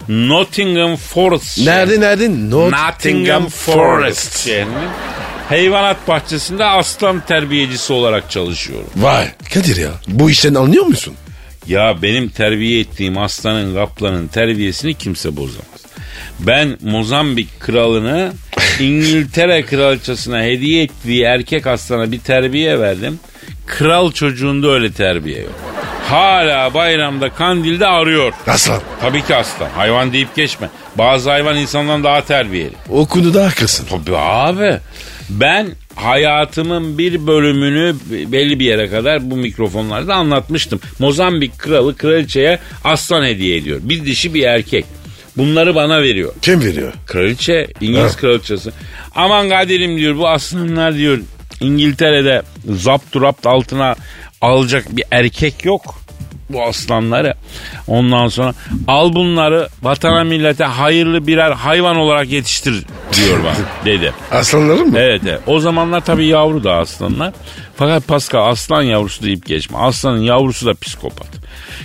Speaker 2: Nottingham Forest.
Speaker 3: Nerede nerede?
Speaker 2: Nottingham Forest. şehrinin Hayvanat bahçesinde aslan terbiyecisi olarak çalışıyorum.
Speaker 3: Vay Kadir ya bu işten anlıyor musun?
Speaker 2: Ya benim terbiye ettiğim aslanın kaplanın terbiyesini kimse bozamaz. Ben Mozambik kralını İngiltere kraliçesine hediye ettiği erkek aslana bir terbiye verdim. Kral çocuğunda öyle terbiye yok. Hala bayramda kandilde arıyor.
Speaker 3: Aslan
Speaker 2: Tabii ki aslan. Hayvan deyip geçme. Bazı hayvan insandan daha terbiyeli.
Speaker 3: o konuda haklısın.
Speaker 2: Tabii abi. Ben hayatımın bir bölümünü belli bir yere kadar bu mikrofonlarda anlatmıştım. Mozambik kralı kraliçeye aslan hediye ediyor. Bir dişi bir erkek. Bunları bana veriyor.
Speaker 3: Kim veriyor?
Speaker 2: Kraliçe, İngiliz
Speaker 3: Ha.
Speaker 2: kraliçesi. Aman kaderim diyor bu aslanlar diyor İngiltere'de zapt rapt altına alacak bir erkek yok bu aslanları. Ondan sonra al bunları vatana millete hayırlı birer hayvan olarak yetiştir diyor bana dedi.
Speaker 3: Aslanların mı?
Speaker 2: Evet, evet. O zamanlar tabii yavru da aslanlar. Fakat Pascal aslan yavrusu deyip geçme. Aslanın yavrusu da psikopat.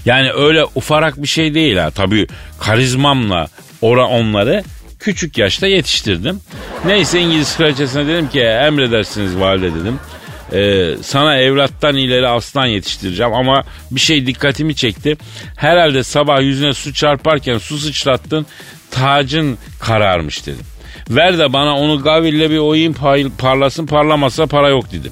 Speaker 2: Yani öyle ufarak bir şey değil ha. Tabii karizmamla ora onları küçük yaşta yetiştirdim. Neyse İngiliz kraliçesine dedim ki emredersiniz valide dedim. Ee, sana evlattan ileri aslan yetiştireceğim ama bir şey dikkatimi çekti. Herhalde sabah yüzüne su çarparken su sıçrattın tacın kararmış dedim. Ver de bana onu Gavil'le bir oyun pay- parlasın parlamasa para yok dedim.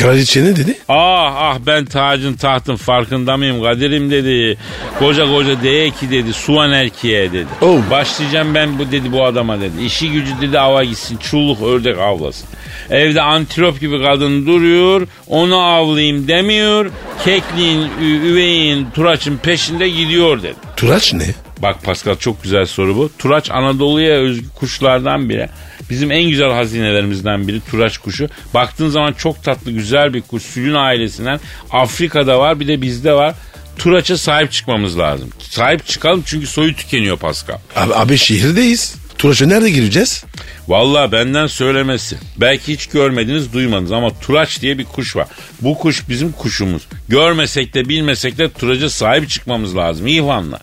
Speaker 3: Kraliçe ne dedi?
Speaker 2: Ah ah ben tacın tahtın farkında mıyım Kadir'im dedi. Koca koca değil ki dedi suvan erkeğe dedi.
Speaker 3: Oh.
Speaker 2: Başlayacağım ben bu dedi bu adama dedi. İşi gücü dedi ava gitsin çulluk ördek avlasın. Evde antilop gibi kadın duruyor onu avlayayım demiyor. Kekliğin, ü- üveyin, turaçın peşinde gidiyor dedi.
Speaker 3: Turaç ne?
Speaker 2: Bak Pascal çok güzel soru bu. Turaç Anadolu'ya özgü kuşlardan biri. Bizim en güzel hazinelerimizden biri turaç kuşu. Baktığın zaman çok tatlı güzel bir kuş. Sülün ailesinden Afrika'da var bir de bizde var. Turaç'a sahip çıkmamız lazım. Sahip çıkalım çünkü soyu tükeniyor Pascal.
Speaker 3: Abi, abi şehirdeyiz. Turaç'a nerede gireceğiz?
Speaker 2: Vallahi benden söylemesi. Belki hiç görmediniz duymadınız ama Turaç diye bir kuş var. Bu kuş bizim kuşumuz. Görmesek de bilmesek de Turaç'a sahip çıkmamız lazım İvan'la.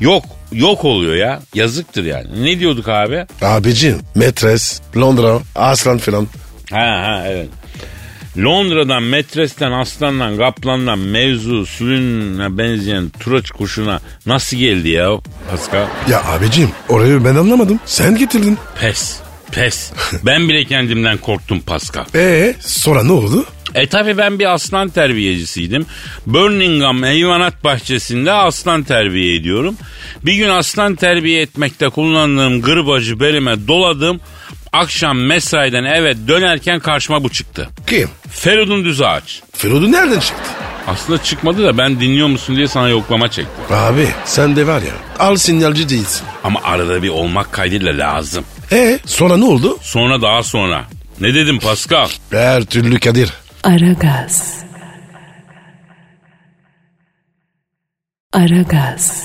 Speaker 2: Yok yok oluyor ya. Yazıktır yani. Ne diyorduk abi?
Speaker 3: Abicim metres, Londra, aslan filan.
Speaker 2: Ha ha evet. Londra'dan, metresten, aslandan, kaplandan mevzu sülününe benzeyen turaç kuşuna nasıl geldi ya Pascal?
Speaker 3: Ya abicim orayı ben anlamadım. Sen getirdin.
Speaker 2: Pes. Pes. Ben bile kendimden korktum Pascal.
Speaker 3: Ee sonra ne oldu?
Speaker 2: E tabi ben bir aslan terbiyecisiydim. Birmingham hayvanat bahçesinde aslan terbiye ediyorum. Bir gün aslan terbiye etmekte kullandığım gırbacı belime doladım. Akşam mesaiden eve dönerken karşıma bu çıktı.
Speaker 3: Kim?
Speaker 2: Feridun düz ağaç.
Speaker 3: Ferod'u nereden çıktı?
Speaker 2: Aslında çıkmadı da ben dinliyor musun diye sana yoklama çektim.
Speaker 3: Abi sen de var ya al sinyalci değilsin.
Speaker 2: Ama arada bir olmak kaydıyla lazım.
Speaker 3: Ee sonra ne oldu?
Speaker 2: Sonra daha sonra. Ne dedim Pascal?
Speaker 3: Her türlü Kadir.
Speaker 1: Aragaz. Aragaz.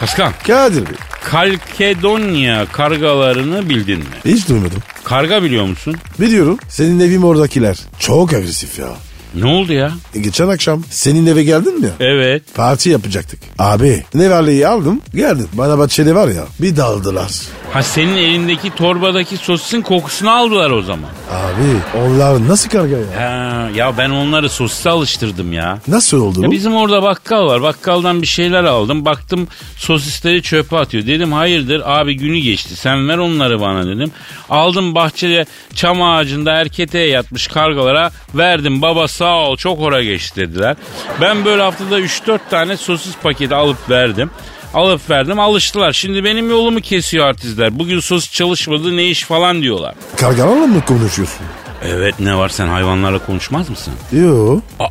Speaker 2: Pascal,
Speaker 3: Kadir Bey
Speaker 2: Kalkedonya kargalarını bildin mi?
Speaker 3: hiç duymadım.
Speaker 2: Karga biliyor musun?
Speaker 3: Biliyorum senin evin oradakiler. Çok agresif ya.
Speaker 2: Ne oldu ya?
Speaker 3: E, Geçen akşam senin eve geldin mi?
Speaker 2: Evet.
Speaker 3: Parti yapacaktık. Abi ne varlığı aldım geldim. Bana bahçede var ya bir daldılar.
Speaker 2: Ha senin elindeki torbadaki sosisin kokusunu aldılar o zaman.
Speaker 3: Abi onlar nasıl karga ya?
Speaker 2: Ha, ya ben onları sosise alıştırdım ya.
Speaker 3: Nasıl oldu
Speaker 2: Ya
Speaker 3: bu?
Speaker 2: bizim orada bakkal var. Bakkaldan bir şeyler aldım. Baktım sosisleri çöpe atıyor. Dedim hayırdır abi günü geçti. Sen ver onları bana dedim. Aldım bahçede çam ağacında erketeye yatmış kargalara verdim. Baba sağ ol çok hora geçti dediler. Ben böyle haftada 3-4 tane sosis paketi alıp verdim. Alıp verdim alıştılar. Şimdi benim yolumu kesiyor artistler. Bugün sosis çalışmadı ne iş falan diyorlar.
Speaker 3: Kargalarla mı konuşuyorsun?
Speaker 2: Evet ne var sen hayvanlarla konuşmaz mısın?
Speaker 3: Yo.
Speaker 2: Aa,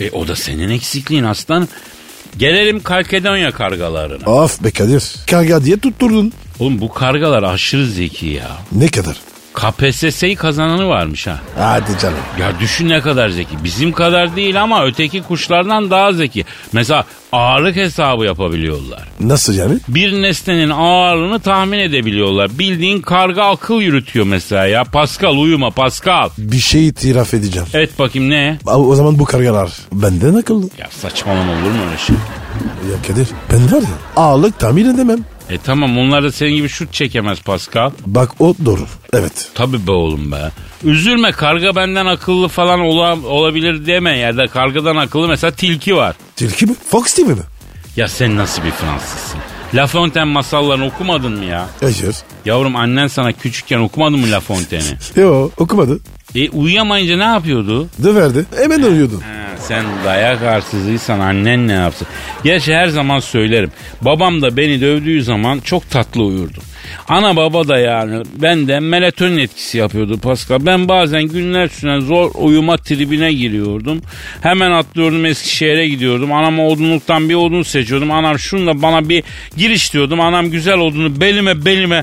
Speaker 2: e o da senin eksikliğin aslan. Gelelim Kalkedonya kargalarına.
Speaker 3: Of be Kadir. Karga diye tutturdun.
Speaker 2: Oğlum bu kargalar aşırı zeki ya.
Speaker 3: Ne kadar?
Speaker 2: KPSS'yi kazananı varmış ha.
Speaker 3: Hadi canım.
Speaker 2: Ya düşün ne kadar zeki. Bizim kadar değil ama öteki kuşlardan daha zeki. Mesela ağırlık hesabı yapabiliyorlar.
Speaker 3: Nasıl yani?
Speaker 2: Bir nesnenin ağırlığını tahmin edebiliyorlar. Bildiğin karga akıl yürütüyor mesela ya. Pascal uyuma Pascal.
Speaker 3: Bir şey itiraf edeceğim.
Speaker 2: Evet bakayım ne?
Speaker 3: Abi o zaman bu kargalar benden akıllı.
Speaker 2: Ya saçmalama olur mu öyle şey?
Speaker 3: Ya Kadir ben var ya ağırlık tamir edemem.
Speaker 2: E tamam onlar da senin gibi şut çekemez Pascal.
Speaker 3: Bak o doğru. Evet.
Speaker 2: Tabii be oğlum be. Üzülme karga benden akıllı falan ola- olabilir deme yerde. Kargadan akıllı mesela tilki var.
Speaker 3: Tilki mi? Fox TV mi?
Speaker 2: Ya sen nasıl bir Fransızsın? La Fontaine masallarını okumadın mı ya?
Speaker 3: Hayır.
Speaker 2: Yavrum annen sana küçükken okumadın mı La Fontaine'i?
Speaker 3: Yo okumadı.
Speaker 2: E uyuyamayınca ne yapıyordu?
Speaker 3: Döverdi. Hemen uyuyordu.
Speaker 2: Ha, sen dayak arsızıysan annen ne yapsın? Gerçi her zaman söylerim. Babam da beni dövdüğü zaman çok tatlı uyurdum. Ana baba da yani bende melatonin etkisi yapıyordu Pascal. Ben bazen günler süren zor uyuma tribine giriyordum. Hemen atlıyordum Eskişehir'e gidiyordum. Anama odunluktan bir odun seçiyordum. Anam şunu da bana bir giriş diyordum. Anam güzel odunu belime belime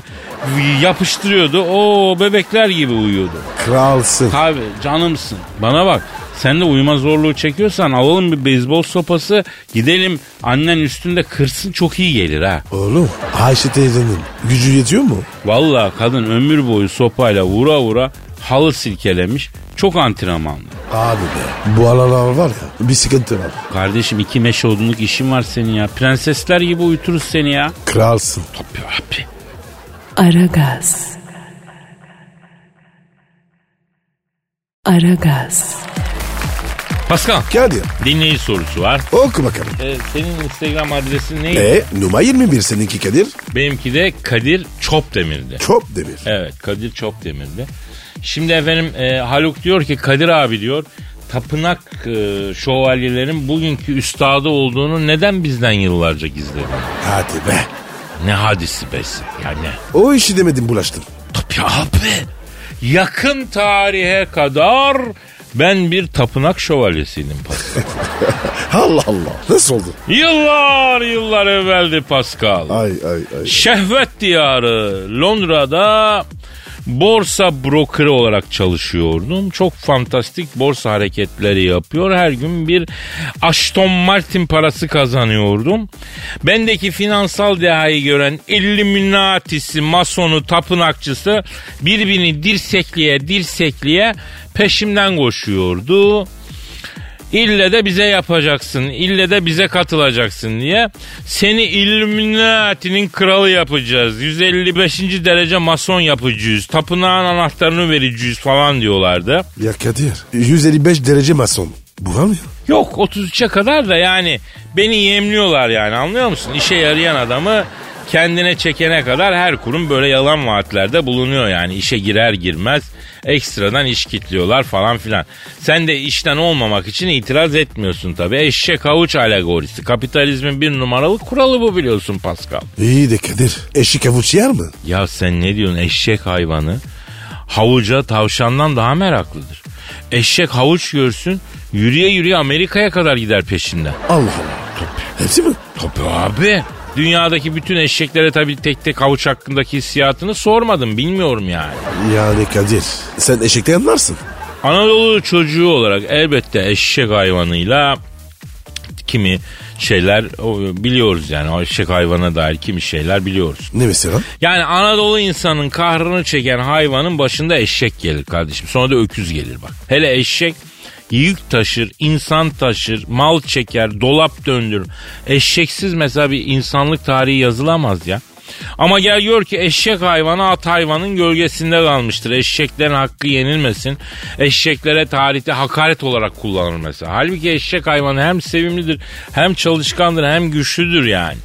Speaker 2: yapıştırıyordu. O bebekler gibi uyuyordu.
Speaker 3: Kralsın.
Speaker 2: Tabi canımsın. Bana bak sen de uyuma zorluğu çekiyorsan alalım bir beyzbol sopası gidelim annen üstünde kırsın çok iyi gelir ha.
Speaker 3: Oğlum Ayşe teyzenin gücü yetiyor mu?
Speaker 2: Vallahi kadın ömür boyu sopayla vura vura halı silkelemiş çok antrenmanlı.
Speaker 3: Abi be bu aralar var ya bir sıkıntı var.
Speaker 2: Kardeşim iki meşe odunluk işin var senin ya. Prensesler gibi uyuturuz seni ya.
Speaker 3: Kralsın.
Speaker 2: Tabii abi.
Speaker 1: Aragaz. Aragaz.
Speaker 2: Pascal
Speaker 3: Kadir
Speaker 2: dinleyici sorusu var.
Speaker 3: oku bakalım.
Speaker 2: Ee, senin Instagram adresin neydi?
Speaker 3: E numara 21 seninki Kadir.
Speaker 2: Benimki de Kadir Çopdemir'di.
Speaker 3: Çok demir.
Speaker 2: Evet Kadir Çopdemir'di. Şimdi efendim e, Haluk diyor ki Kadir abi diyor tapınak e, şövalyelerin bugünkü üstadı olduğunu neden bizden yıllarca gizledi?
Speaker 3: Hadi be.
Speaker 2: Ne hadisi besi yani.
Speaker 3: O işi demedim bulaştın.
Speaker 2: Tabii abi. Yakın tarihe kadar ben bir tapınak şövalyesiydim Pascal.
Speaker 3: Allah Allah. Nasıl oldu?
Speaker 2: yıllar yıllar evveldi Pascal.
Speaker 3: Ay ay ay.
Speaker 2: Şehvet diyarı Londra'da borsa brokeri olarak çalışıyordum. Çok fantastik borsa hareketleri yapıyor. Her gün bir Aston Martin parası kazanıyordum. Bendeki finansal dehayı gören Illuminati'si, masonu, tapınakçısı birbirini dirsekliye dirsekliye peşimden koşuyordu. İlle de bize yapacaksın, ille de bize katılacaksın diye seni Illuminati'nin kralı yapacağız. 155. derece mason yapacağız. Tapınağın anahtarını vereceğiz falan diyorlardı.
Speaker 3: Ya Kadir 155 derece mason. Bu var mı ya?
Speaker 2: Yok 33'e kadar da yani beni yemliyorlar yani anlıyor musun? İşe yarayan adamı kendine çekene kadar her kurum böyle yalan vaatlerde bulunuyor yani işe girer girmez ekstradan iş kitliyorlar falan filan. Sen de işten olmamak için itiraz etmiyorsun tabii. Eşek havuç alegorisi. Kapitalizmin bir numaralı kuralı bu biliyorsun Pascal.
Speaker 3: İyi de Kadir. Eşik avuç yer mi?
Speaker 2: Ya sen ne diyorsun eşek hayvanı? Havuca tavşandan daha meraklıdır. Eşek havuç görsün yürüye yürüye Amerika'ya kadar gider peşinden.
Speaker 3: Allah Allah. Hepsi mi?
Speaker 2: Tabii abi. Dünyadaki bütün eşeklere tabii tek tek havuç hakkındaki hissiyatını sormadım bilmiyorum yani.
Speaker 3: Yani Kadir sen eşekten anlarsın.
Speaker 2: Anadolu çocuğu olarak elbette eşek hayvanıyla kimi şeyler o, biliyoruz yani o eşek hayvana dair kimi şeyler biliyoruz.
Speaker 3: Ne mesela?
Speaker 2: Yani Anadolu insanın kahrını çeken hayvanın başında eşek gelir kardeşim. Sonra da öküz gelir bak. Hele eşek yük taşır, insan taşır, mal çeker, dolap döndürür. Eşeksiz mesela bir insanlık tarihi yazılamaz ya. Ama gel gör ki eşek hayvanı at hayvanın gölgesinde kalmıştır. Eşeklerin hakkı yenilmesin. Eşeklere tarihte hakaret olarak kullanılır mesela. Halbuki eşek hayvanı hem sevimlidir, hem çalışkandır, hem güçlüdür yani.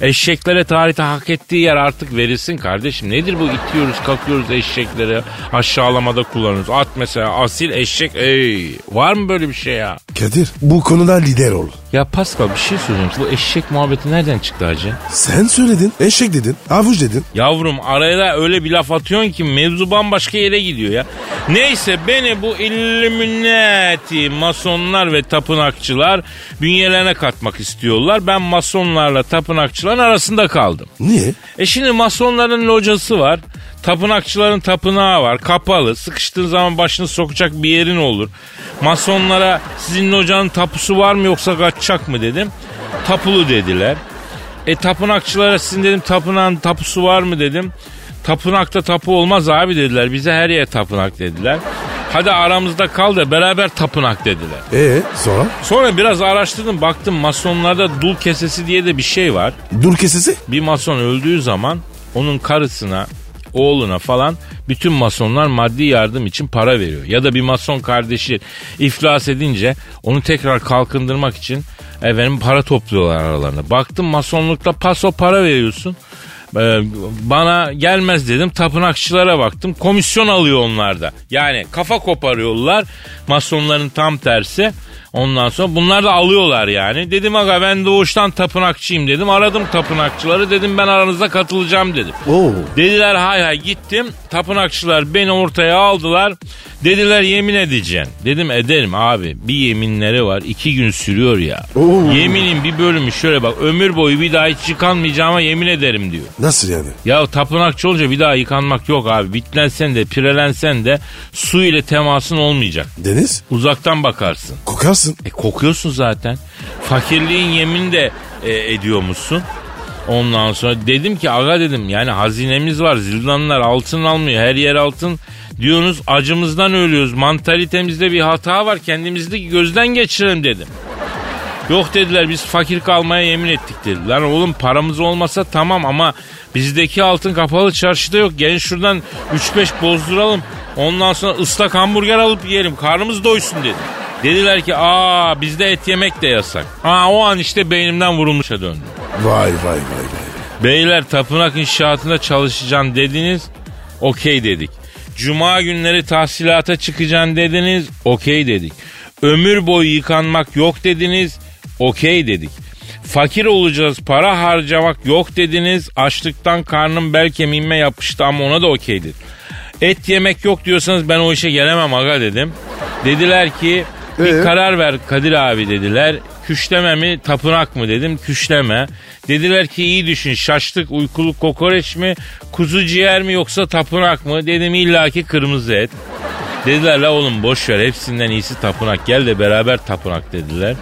Speaker 2: Eşeklere tarihte hak ettiği yer artık verilsin kardeşim. Nedir bu itiyoruz kalkıyoruz eşeklere aşağılamada kullanıyoruz. At mesela asil eşek ey var mı böyle bir şey ya?
Speaker 3: Kadir bu konuda lider ol.
Speaker 2: Ya Pascal bir şey söyleyeceğim. Bu eşek muhabbeti nereden çıktı hacı?
Speaker 3: Sen söyledin. Eşek dedin. Avuç dedin.
Speaker 2: Yavrum araya da öyle bir laf atıyorsun ki mevzu bambaşka yere gidiyor ya. Neyse beni bu Illuminati masonlar ve tapınakçılar bünyelerine katmak istiyorlar. Ben masonlarla tapınakçıların arasında kaldım.
Speaker 3: Niye?
Speaker 2: E şimdi masonların locası var. Tapınakçıların tapınağı var. Kapalı. Sıkıştığın zaman başını sokacak bir yerin olur. Masonlara sizin locanın tapusu var mı yoksa kaçacak mı dedim. Tapulu dediler. E tapınakçılara sizin dedim tapınağın tapusu var mı dedim. Tapınakta tapu olmaz abi dediler. Bize her yer tapınak dediler. Hadi aramızda kal da beraber tapınak dediler.
Speaker 3: Ee sonra?
Speaker 2: Sonra biraz araştırdım baktım masonlarda dul kesesi diye de bir şey var.
Speaker 3: Dur kesesi.
Speaker 2: Bir mason öldüğü zaman onun karısına oğluna falan bütün masonlar maddi yardım için para veriyor. Ya da bir mason kardeşi iflas edince onu tekrar kalkındırmak için efendim para topluyorlar aralarında. Baktım masonlukta paso para veriyorsun. Ee, bana gelmez dedim tapınakçılara baktım komisyon alıyor onlar da yani kafa koparıyorlar masonların tam tersi ondan sonra bunlar da alıyorlar yani dedim aga ben doğuştan tapınakçıyım dedim aradım tapınakçıları dedim ben aranıza katılacağım dedim
Speaker 3: Oo.
Speaker 2: Dediler hay hay gittim. Tapınakçılar beni ortaya aldılar. Dediler yemin edeceksin. Dedim ederim abi. Bir yeminleri var. iki gün sürüyor ya.
Speaker 3: Oo.
Speaker 2: Yeminin bir bölümü şöyle bak. Ömür boyu bir daha hiç yıkanmayacağıma yemin ederim diyor.
Speaker 3: Nasıl yani?
Speaker 2: Ya tapınakçı olunca bir daha yıkanmak yok abi. Bitlensen de pirelensen de su ile temasın olmayacak.
Speaker 3: Deniz
Speaker 2: Uzaktan bakarsın.
Speaker 3: kokarsın.
Speaker 2: E kokuyorsun zaten. Fakirliğin yemini de e, ediyormuşsun. Ondan sonra dedim ki aga dedim yani hazinemiz var zildanlar altın almıyor her yer altın diyorsunuz acımızdan ölüyoruz mantalitemizde bir hata var kendimizi gözden geçirelim dedim. Yok dediler biz fakir kalmaya yemin ettik dediler. Lan oğlum paramız olmasa tamam ama bizdeki altın kapalı çarşıda yok. Gelin şuradan 3-5 bozduralım. Ondan sonra ıslak hamburger alıp yiyelim. Karnımız doysun dedi. Dediler ki aa bizde et yemek de yasak. Aa o an işte beynimden vurulmuşa döndü.
Speaker 3: Vay vay vay vay.
Speaker 2: Beyler tapınak inşaatında çalışacağım dediniz. Okey dedik. Cuma günleri tahsilata çıkacaksın dediniz. Okey dedik. Ömür boyu yıkanmak yok dediniz. Okey dedik. Fakir olacağız para harcamak yok dediniz. Açlıktan karnım bel kemiğime yapıştı ama ona da okey dedik. Et yemek yok diyorsanız ben o işe gelemem aga dedim. Dediler ki bir
Speaker 3: Ee?
Speaker 2: karar ver Kadir abi dediler. Küşleme mi tapınak mı dedim küşleme. Dediler ki iyi düşün şaşlık uykuluk kokoreç mi kuzu ciğer mi yoksa tapınak mı dedim illaki kırmızı et. Dediler la oğlum boş ver hepsinden iyisi tapınak gel de beraber tapınak dediler.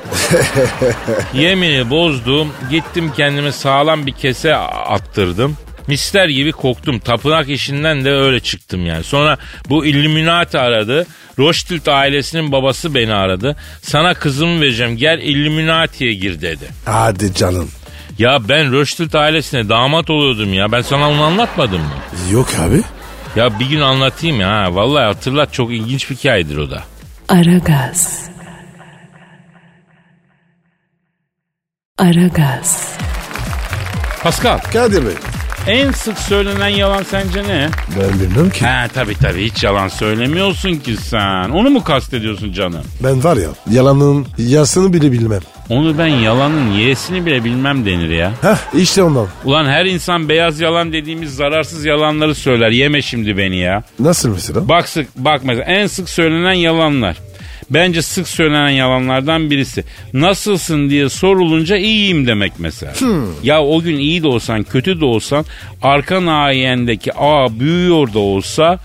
Speaker 2: Yemini bozdum. Gittim kendimi sağlam bir kese attırdım. Mister gibi koktum. Tapınak işinden de öyle çıktım yani. Sonra bu Illuminati aradı. Rothschild ailesinin babası beni aradı. Sana kızımı vereceğim gel Illuminati'ye gir dedi.
Speaker 3: Hadi canım.
Speaker 2: Ya ben Rothschild ailesine damat oluyordum ya. Ben sana onu anlatmadım mı?
Speaker 3: Yok abi.
Speaker 2: Ya bir gün anlatayım ya. ha. Vallahi hatırlat çok ilginç bir hikayedir o da.
Speaker 1: Aragaz. Aragaz.
Speaker 2: Pascal
Speaker 3: Kadir Bey.
Speaker 2: en sık söylenen yalan sence ne?
Speaker 3: Ben bilmem ki.
Speaker 2: Ha tabii tabii hiç yalan söylemiyorsun ki sen. Onu mu kastediyorsun canım?
Speaker 3: Ben var ya yalanın yasını bile bilmem.
Speaker 2: Onu ben yalanın yeğesini bile bilmem denir ya.
Speaker 3: Heh işte ondan.
Speaker 2: Ulan her insan beyaz yalan dediğimiz zararsız yalanları söyler. Yeme şimdi beni ya.
Speaker 3: Nasıl mesela?
Speaker 2: Bak sık bak mesela en sık söylenen yalanlar. Bence sık söylenen yalanlardan birisi. Nasılsın diye sorulunca iyiyim demek mesela. Ya o gün iyi de olsan kötü de olsan arka nahiyendeki a büyüyor da olsa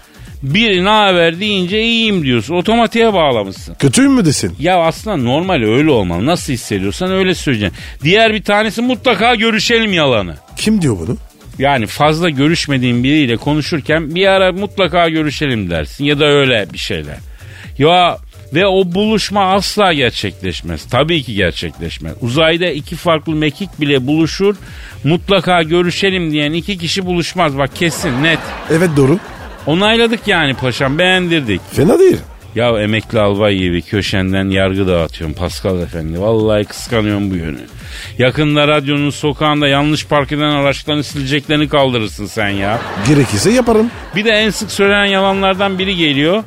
Speaker 2: bir haber deyince iyiyim diyorsun. Otomatiğe bağlamışsın.
Speaker 3: Kötüyüm mü desin?
Speaker 2: Ya aslında normal öyle olmalı. Nasıl hissediyorsan öyle söyleyeceksin. Diğer bir tanesi mutlaka görüşelim yalanı.
Speaker 3: Kim diyor bunu?
Speaker 2: Yani fazla görüşmediğin biriyle konuşurken bir ara mutlaka görüşelim dersin ya da öyle bir şeyler. Ya ve o buluşma asla gerçekleşmez. Tabii ki gerçekleşmez. Uzayda iki farklı mekik bile buluşur. Mutlaka görüşelim diyen iki kişi buluşmaz. Bak kesin net.
Speaker 3: Evet doğru.
Speaker 2: Onayladık yani paşam beğendirdik.
Speaker 3: Fena değil.
Speaker 2: Ya emekli albay gibi köşenden yargı dağıtıyorum Pascal Efendi. Vallahi kıskanıyorum bu yönü. Yakında radyonun sokağında yanlış park eden araçlarını sileceklerini kaldırırsın sen ya.
Speaker 3: Gerekirse yaparım.
Speaker 2: Bir de en sık söylenen yalanlardan biri geliyor.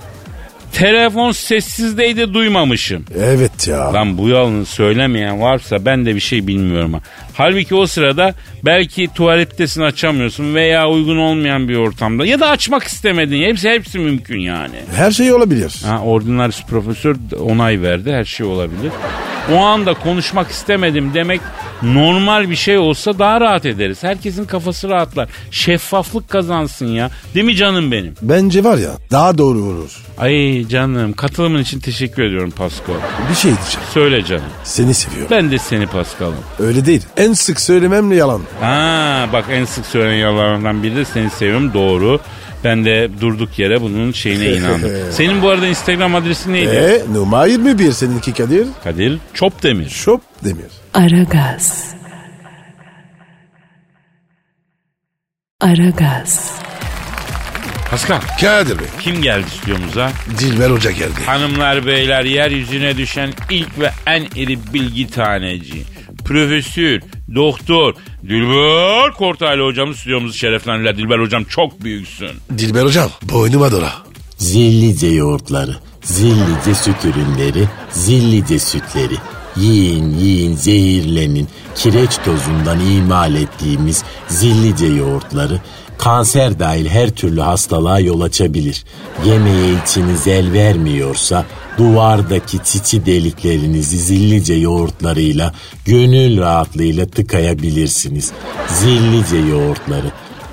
Speaker 2: Telefon sessizdeydi duymamışım.
Speaker 3: Evet ya.
Speaker 2: Lan bu yalanı söylemeyen varsa ben de bir şey bilmiyorum ha. Halbuki o sırada belki tuvalettesin açamıyorsun veya uygun olmayan bir ortamda ya da açmak istemedin. Hepsi hepsi mümkün yani.
Speaker 3: Her şey olabilir.
Speaker 2: Ha, ordinaris profesör onay verdi her şey olabilir. O anda konuşmak istemedim demek normal bir şey olsa daha rahat ederiz. Herkesin kafası rahatlar. Şeffaflık kazansın ya. Değil mi canım benim?
Speaker 3: Bence var ya daha doğru olur.
Speaker 2: Ay canım katılımın için teşekkür ediyorum Pasko.
Speaker 3: Bir şey diyeceğim.
Speaker 2: Söyle canım.
Speaker 3: Seni seviyorum.
Speaker 2: Ben de seni Paskal'ım.
Speaker 3: Öyle değil. En sık söylememle yalan.
Speaker 2: Ha bak en sık söylenen yalanlardan biri de seni seviyorum doğru. Ben de durduk yere bunun şeyine inandım. Senin bu arada Instagram adresin neydi?
Speaker 3: E numara 21 seninki Kadir.
Speaker 2: Kadir Çopdemir.
Speaker 3: Şop demir.
Speaker 1: Aragaz. Aragaz.
Speaker 2: Pascal
Speaker 3: Kadir Bey.
Speaker 2: kim geldi stüdyomuza?
Speaker 3: Dilber Hoca geldi.
Speaker 2: Hanımlar beyler yeryüzüne düşen ilk ve en iri bilgi taneci. Profesör, doktor, Dilber Kortaylı hocamız stüdyomuzu şereflendiler. Dilber hocam çok büyüksün.
Speaker 3: Dilber Hocam boynuma dola.
Speaker 4: Zillice yoğurtları, zillice süt ürünleri, zillice sütleri. Yiyin yiyin zehirlenin kireç tozundan imal ettiğimiz zillice yoğurtları kanser dahil her türlü hastalığa yol açabilir. Yemeğe içiniz el vermiyorsa duvardaki çiçi deliklerinizi zillice yoğurtlarıyla gönül rahatlığıyla tıkayabilirsiniz. Zillice yoğurtları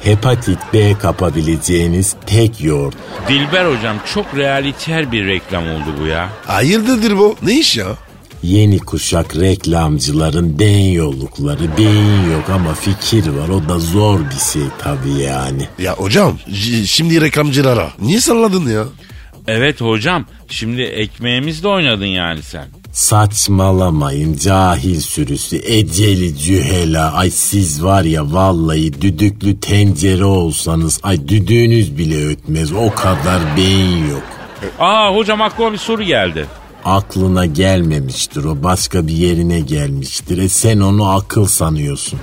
Speaker 4: hepatit B kapabileceğiniz tek yoğurt.
Speaker 2: Dilber hocam çok realiter bir reklam oldu bu ya.
Speaker 3: Hayırdır bu? Ne iş ya?
Speaker 4: Yeni kuşak reklamcıların den yollukları beyin yok ama fikir var o da zor bir şey tabii yani.
Speaker 3: Ya hocam j- şimdi reklamcılara. Niye salladın ya?
Speaker 2: Evet hocam şimdi ekmeğimizle oynadın yani sen.
Speaker 4: Saçmalamayın cahil sürüsü eceli cühela ay siz var ya vallahi düdüklü tencere olsanız ay düdüğünüz bile ötmez o kadar beyin yok.
Speaker 2: Aa hocam aklıma bir soru geldi.
Speaker 4: Aklına gelmemiştir o başka bir yerine gelmiştir e sen onu akıl sanıyorsun.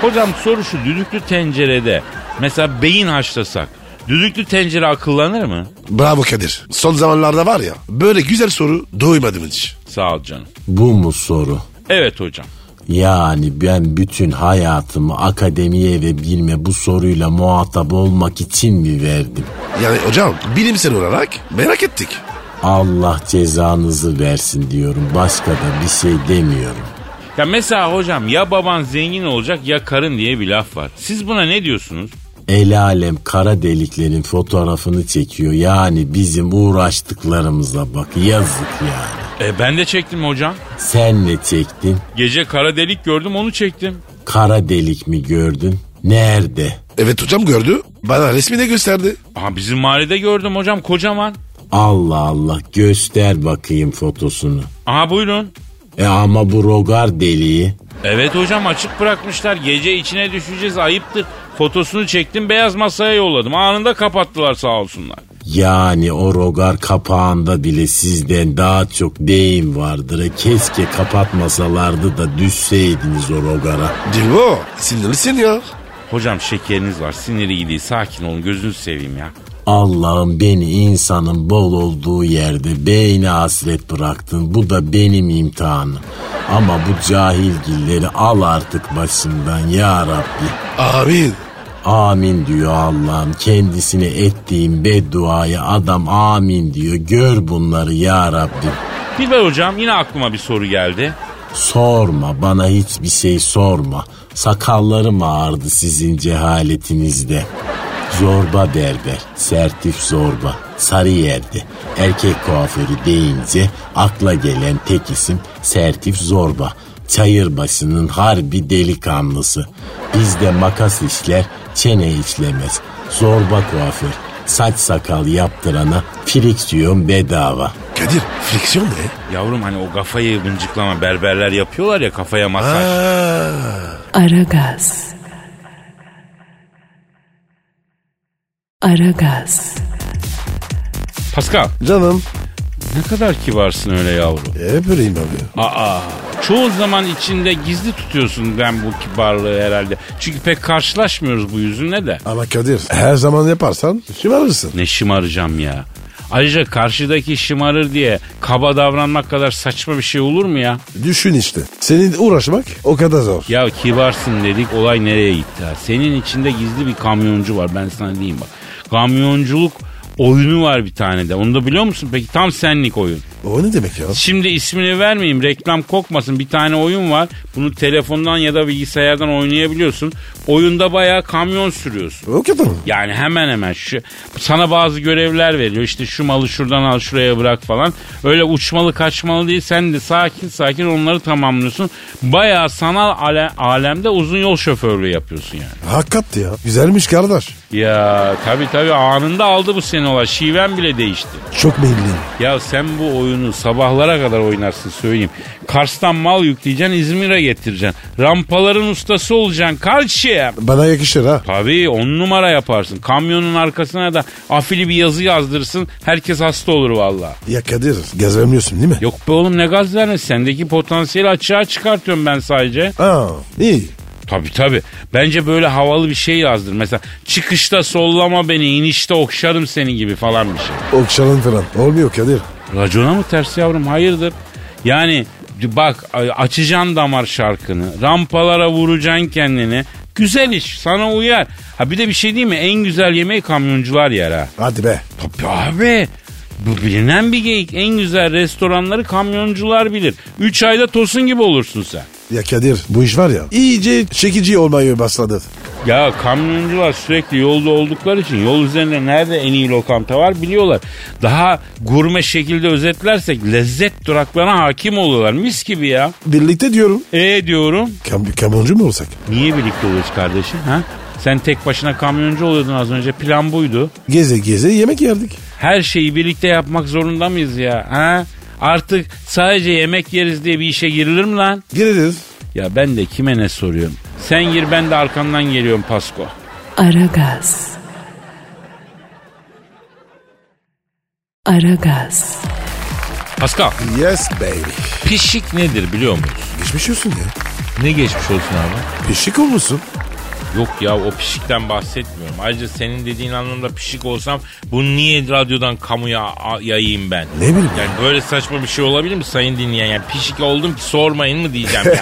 Speaker 2: Hocam soru şu düdüklü tencerede mesela beyin haşlasak düdüklü tencere akıllanır mı?
Speaker 3: Bravo Kadir. Son zamanlarda var ya böyle güzel soru doymadım hiç.
Speaker 2: Sağ ol canım.
Speaker 4: Bu mu soru?
Speaker 2: Evet hocam.
Speaker 4: Yani ben bütün hayatımı akademiye ve bilme bu soruyla muhatap olmak için mi verdim?
Speaker 3: Yani hocam bilimsel olarak merak ettik.
Speaker 4: Allah cezanızı versin diyorum. Başka da bir şey demiyorum.
Speaker 2: Ya mesela hocam ya baban zengin olacak ya karın diye bir laf var. Siz buna ne diyorsunuz?
Speaker 4: El alem kara deliklerin fotoğrafını çekiyor. Yani bizim uğraştıklarımıza bak yazık yani.
Speaker 2: E ben de çektim hocam.
Speaker 4: Sen ne çektin?
Speaker 2: Gece kara delik gördüm onu çektim.
Speaker 4: Kara delik mi gördün? Nerede?
Speaker 3: Evet hocam gördü. Bana resmini gösterdi.
Speaker 2: Aha bizim mahallede gördüm hocam kocaman.
Speaker 4: Allah Allah göster bakayım fotosunu.
Speaker 2: Aha buyurun.
Speaker 4: E ama bu rogar deliği.
Speaker 2: Evet hocam açık bırakmışlar. Gece içine düşeceğiz ayıptır. Fotosunu çektim beyaz masaya yolladım. Anında kapattılar sağ olsunlar.
Speaker 4: Yani o rogar kapağında bile sizden daha çok deyim vardır. E keşke kapatmasalardı da düşseydiniz o rogara.
Speaker 3: Dilbo sinirlisin ya.
Speaker 2: Hocam şekeriniz var siniri iyi değil sakin olun gözünüzü seveyim ya.
Speaker 4: Allah'ım beni insanın bol olduğu yerde beyne hasret bıraktın. Bu da benim imtihanım. Ama bu cahilgilleri al artık başımdan ya Rabbi.
Speaker 3: Amin.
Speaker 4: Amin diyor Allah'ım. Kendisine ettiğim bedduaya adam amin diyor. Gör bunları ya Rabbim.
Speaker 2: Dilber hocam yine aklıma bir soru geldi.
Speaker 4: Sorma bana hiçbir şey sorma. Sakallarım ağardı sizin cehaletinizde. Zorba berber, sertif zorba, sarı yerde. Erkek kuaförü deyince akla gelen tek isim sertif zorba. Çayırbaşının harbi delikanlısı. Bizde makas işler, çene işlemez. Zorba kuaför, saç sakal yaptırana friksiyon bedava.
Speaker 3: Kadir friksiyon ne?
Speaker 2: Yavrum hani o kafayı mıncıklama berberler yapıyorlar ya kafaya masaj.
Speaker 3: Aa,
Speaker 1: Aragaz. Aragaz.
Speaker 2: Pascal
Speaker 3: canım. e,
Speaker 2: ne kadar kibarsın öyle yavrum.
Speaker 3: Hep öyleyim abi.
Speaker 2: Aa çoğu zaman içinde gizli tutuyorsun ben bu kibarlığı herhalde. Çünkü pek karşılaşmıyoruz bu yüzünle de.
Speaker 3: Ama Kadir her zaman yaparsan şımarırsın.
Speaker 2: Ne şımaracağım ya. Ayrıca karşıdaki şımarır diye kaba davranmak kadar saçma bir şey olur mu ya?
Speaker 3: Düşün işte. Senin uğraşmak o kadar zor.
Speaker 2: Ya kibarsın dedik olay nereye gitti ha? Senin içinde gizli bir kamyoncu var ben sana diyeyim bak. Kamyonculuk oyunu var bir tane de. Onu da biliyor musun? Peki tam senlik oyun.
Speaker 3: O ne demek ya?
Speaker 2: Şimdi ismini vermeyeyim reklam kokmasın. Bir tane oyun var. Bunu telefondan ya da bilgisayardan oynayabiliyorsun. Oyunda bayağı kamyon sürüyorsun.
Speaker 3: O kadar mı?
Speaker 2: Yani hemen hemen şu sana bazı görevler veriyor. İşte şu malı şuradan al şuraya bırak falan. Öyle uçmalı kaçmalı değil. Sen de sakin sakin onları tamamlıyorsun. Bayağı sanal ale- alemde uzun yol şoförlüğü yapıyorsun yani.
Speaker 3: Hakikat ya. Güzelmiş kardeş.
Speaker 2: Ya tabii tabii anında aldı bu seni olay. Şiven bile değişti.
Speaker 3: Çok meyilliyim.
Speaker 2: Ya sen bu oyunu sabahlara kadar oynarsın söyleyeyim. Kars'tan mal yükleyeceksin İzmir'e getireceksin. Rampaların ustası olacaksın karşıya.
Speaker 3: Bana yakışır ha.
Speaker 2: Tabii on numara yaparsın. Kamyonun arkasına da afili bir yazı yazdırırsın. Herkes hasta olur valla.
Speaker 3: Ya Kadir gaz vermiyorsun değil mi?
Speaker 2: Yok be oğlum ne gaz vermesi. Sendeki potansiyeli açığa çıkartıyorum ben sadece.
Speaker 3: Aa, iyi.
Speaker 2: Tabii tabii. Bence böyle havalı bir şey yazdır. Mesela çıkışta sollama beni, inişte okşarım seni gibi falan bir şey.
Speaker 3: Okşalın falan. Olmuyor Kadir.
Speaker 2: Racona mı ters yavrum? Hayırdır? Yani bak açacaksın damar şarkını. Rampalara vuracaksın kendini. Güzel iş sana uyar. Ha bir de bir şey değil mi? En güzel yemeği kamyoncular yer ha.
Speaker 3: Hadi be.
Speaker 2: Tabii abi. Bu bilinen bir geyik. En güzel restoranları kamyoncular bilir. 3 ayda tosun gibi olursun sen.
Speaker 3: Ya Kadir bu iş var ya iyice çekici olmaya başladı.
Speaker 2: Ya kamyoncular sürekli yolda oldukları için yol üzerinde nerede en iyi lokanta var biliyorlar. Daha gurme şekilde özetlersek lezzet duraklarına hakim oluyorlar. Mis gibi ya.
Speaker 3: Birlikte diyorum.
Speaker 2: E diyorum.
Speaker 3: Kam kamyoncu mu olsak?
Speaker 2: Niye birlikte oluyoruz kardeşim? Ha? Sen tek başına kamyoncu oluyordun az önce. Plan buydu.
Speaker 3: Geze geze yemek yerdik.
Speaker 2: Her şeyi birlikte yapmak zorunda mıyız ya? Ha? Artık sadece yemek yeriz diye bir işe girilir mi lan?
Speaker 3: Gireriz.
Speaker 2: Ya ben de kime ne soruyorum? Sen gir ben de arkandan geliyorum Pasko.
Speaker 1: Aragaz. Aragaz.
Speaker 2: Pascal
Speaker 3: Yes baby.
Speaker 2: pişik nedir biliyor musun?
Speaker 3: Geçmiş olsun ya.
Speaker 2: Ne geçmiş olsun abi?
Speaker 3: Pişik olmuşsun.
Speaker 2: Yok ya o pişikten bahsetmiyorum. Ayrıca senin dediğin anlamda pişik olsam bunu niye radyodan kamuya a- yayayım ben?
Speaker 3: Ne bileyim.
Speaker 2: Yani böyle saçma bir şey olabilir mi sayın dinleyen? Yani pişik oldum ki sormayın mı diyeceğim yani.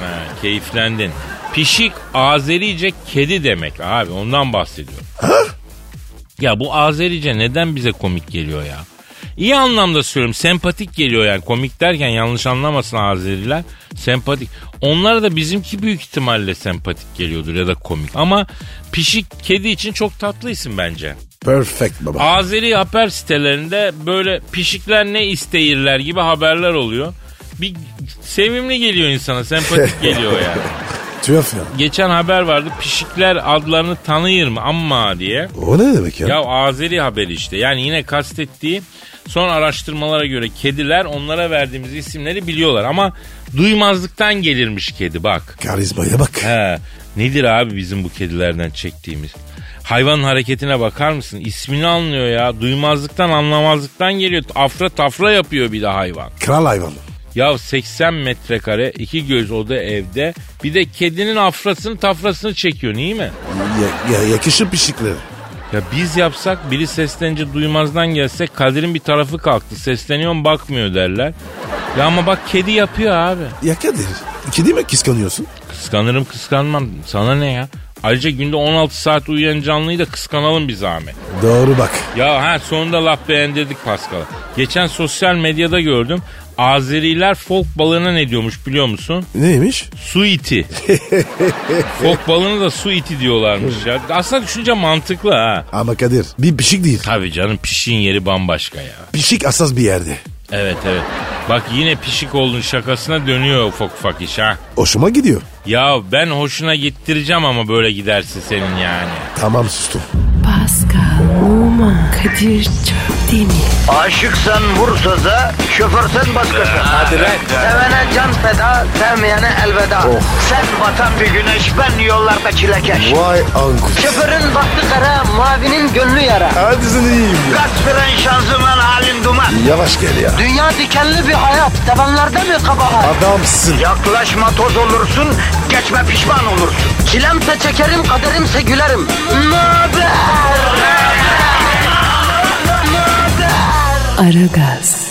Speaker 2: ha, keyiflendin. Pişik Azerice kedi demek abi ondan bahsediyorum. ya bu Azerice neden bize komik geliyor ya? İyi anlamda söylüyorum sempatik geliyor yani komik derken yanlış anlamasın Azeriler sempatik. Onlara da bizimki büyük ihtimalle sempatik geliyordur ya da komik ama pişik kedi için çok tatlı isim bence.
Speaker 3: Perfect baba.
Speaker 2: Azeri haber sitelerinde böyle pişikler ne isteyirler gibi haberler oluyor. Bir sevimli geliyor insana, sempatik geliyor yani.
Speaker 3: Tuhaf ya.
Speaker 2: Geçen haber vardı pişikler adlarını tanıyır mı amma diye.
Speaker 3: O ne demek ya?
Speaker 2: Ya Azeri haber işte yani yine kastettiği son araştırmalara göre kediler onlara verdiğimiz isimleri biliyorlar ama duymazlıktan gelirmiş kedi bak.
Speaker 3: Karizmaya bak.
Speaker 2: He, nedir abi bizim bu kedilerden çektiğimiz? Hayvanın hareketine bakar mısın? İsmini anlıyor ya. Duymazlıktan anlamazlıktan geliyor. Afra tafra yapıyor bir de hayvan.
Speaker 3: Kral hayvanı.
Speaker 2: Ya 80 metrekare iki göz oda evde. Bir de kedinin afrasını tafrasını çekiyor değil mi?
Speaker 3: Ya, ya yakışır pişikleri.
Speaker 2: Ya biz yapsak biri seslenince duymazdan gelse Kadir'in bir tarafı kalktı. Sesleniyorum bakmıyor derler. Ya ama bak kedi yapıyor abi.
Speaker 3: Ya Kadir. Kedi mi kıskanıyorsun?
Speaker 2: Kıskanırım kıskanmam. Sana ne ya? Ayrıca günde 16 saat uyuyan canlıyı da kıskanalım bir zahmet.
Speaker 3: Doğru bak.
Speaker 2: Ya ha sonunda laf beğendirdik Paskal'a. Geçen sosyal medyada gördüm. Azeriler folk balığına ne diyormuş biliyor musun?
Speaker 3: Neymiş?
Speaker 2: Su iti. folk balığına da su iti diyorlarmış ya. Aslında düşünce mantıklı ha.
Speaker 3: Ama Kadir bir pişik değil.
Speaker 2: Tabii canım pişin yeri bambaşka ya.
Speaker 3: Pişik asas bir yerde.
Speaker 2: Evet evet. Bak yine pişik oldun şakasına dönüyor ufak ufak iş ha.
Speaker 3: Hoşuma gidiyor.
Speaker 2: Ya ben hoşuna gittireceğim ama böyle gidersin senin yani.
Speaker 3: Tamam sustum.
Speaker 1: Pascal, Oman, Kadir çok değil mi?
Speaker 5: Aşıksan vursa da, şoförsen başkasın. Hadi Sevene can feda, sevmeyene elveda. Sen batan bir güneş, ben yollarda çilekeş.
Speaker 3: Vay anku.
Speaker 5: Şoförün baktı kara, mavinin gönlü yara.
Speaker 3: Hadi sen iyiyim ya.
Speaker 5: Kasperen şanzıman halin duman.
Speaker 3: Yavaş gel ya.
Speaker 5: Dünya dikenli bir hayat, sevenlerde mi kabahar?
Speaker 3: Adamsın.
Speaker 5: Yaklaşma toz olursun, geçme pişman olursun. Çilemse çekerim, kaderimse gülerim. Möber!
Speaker 1: Aragaz.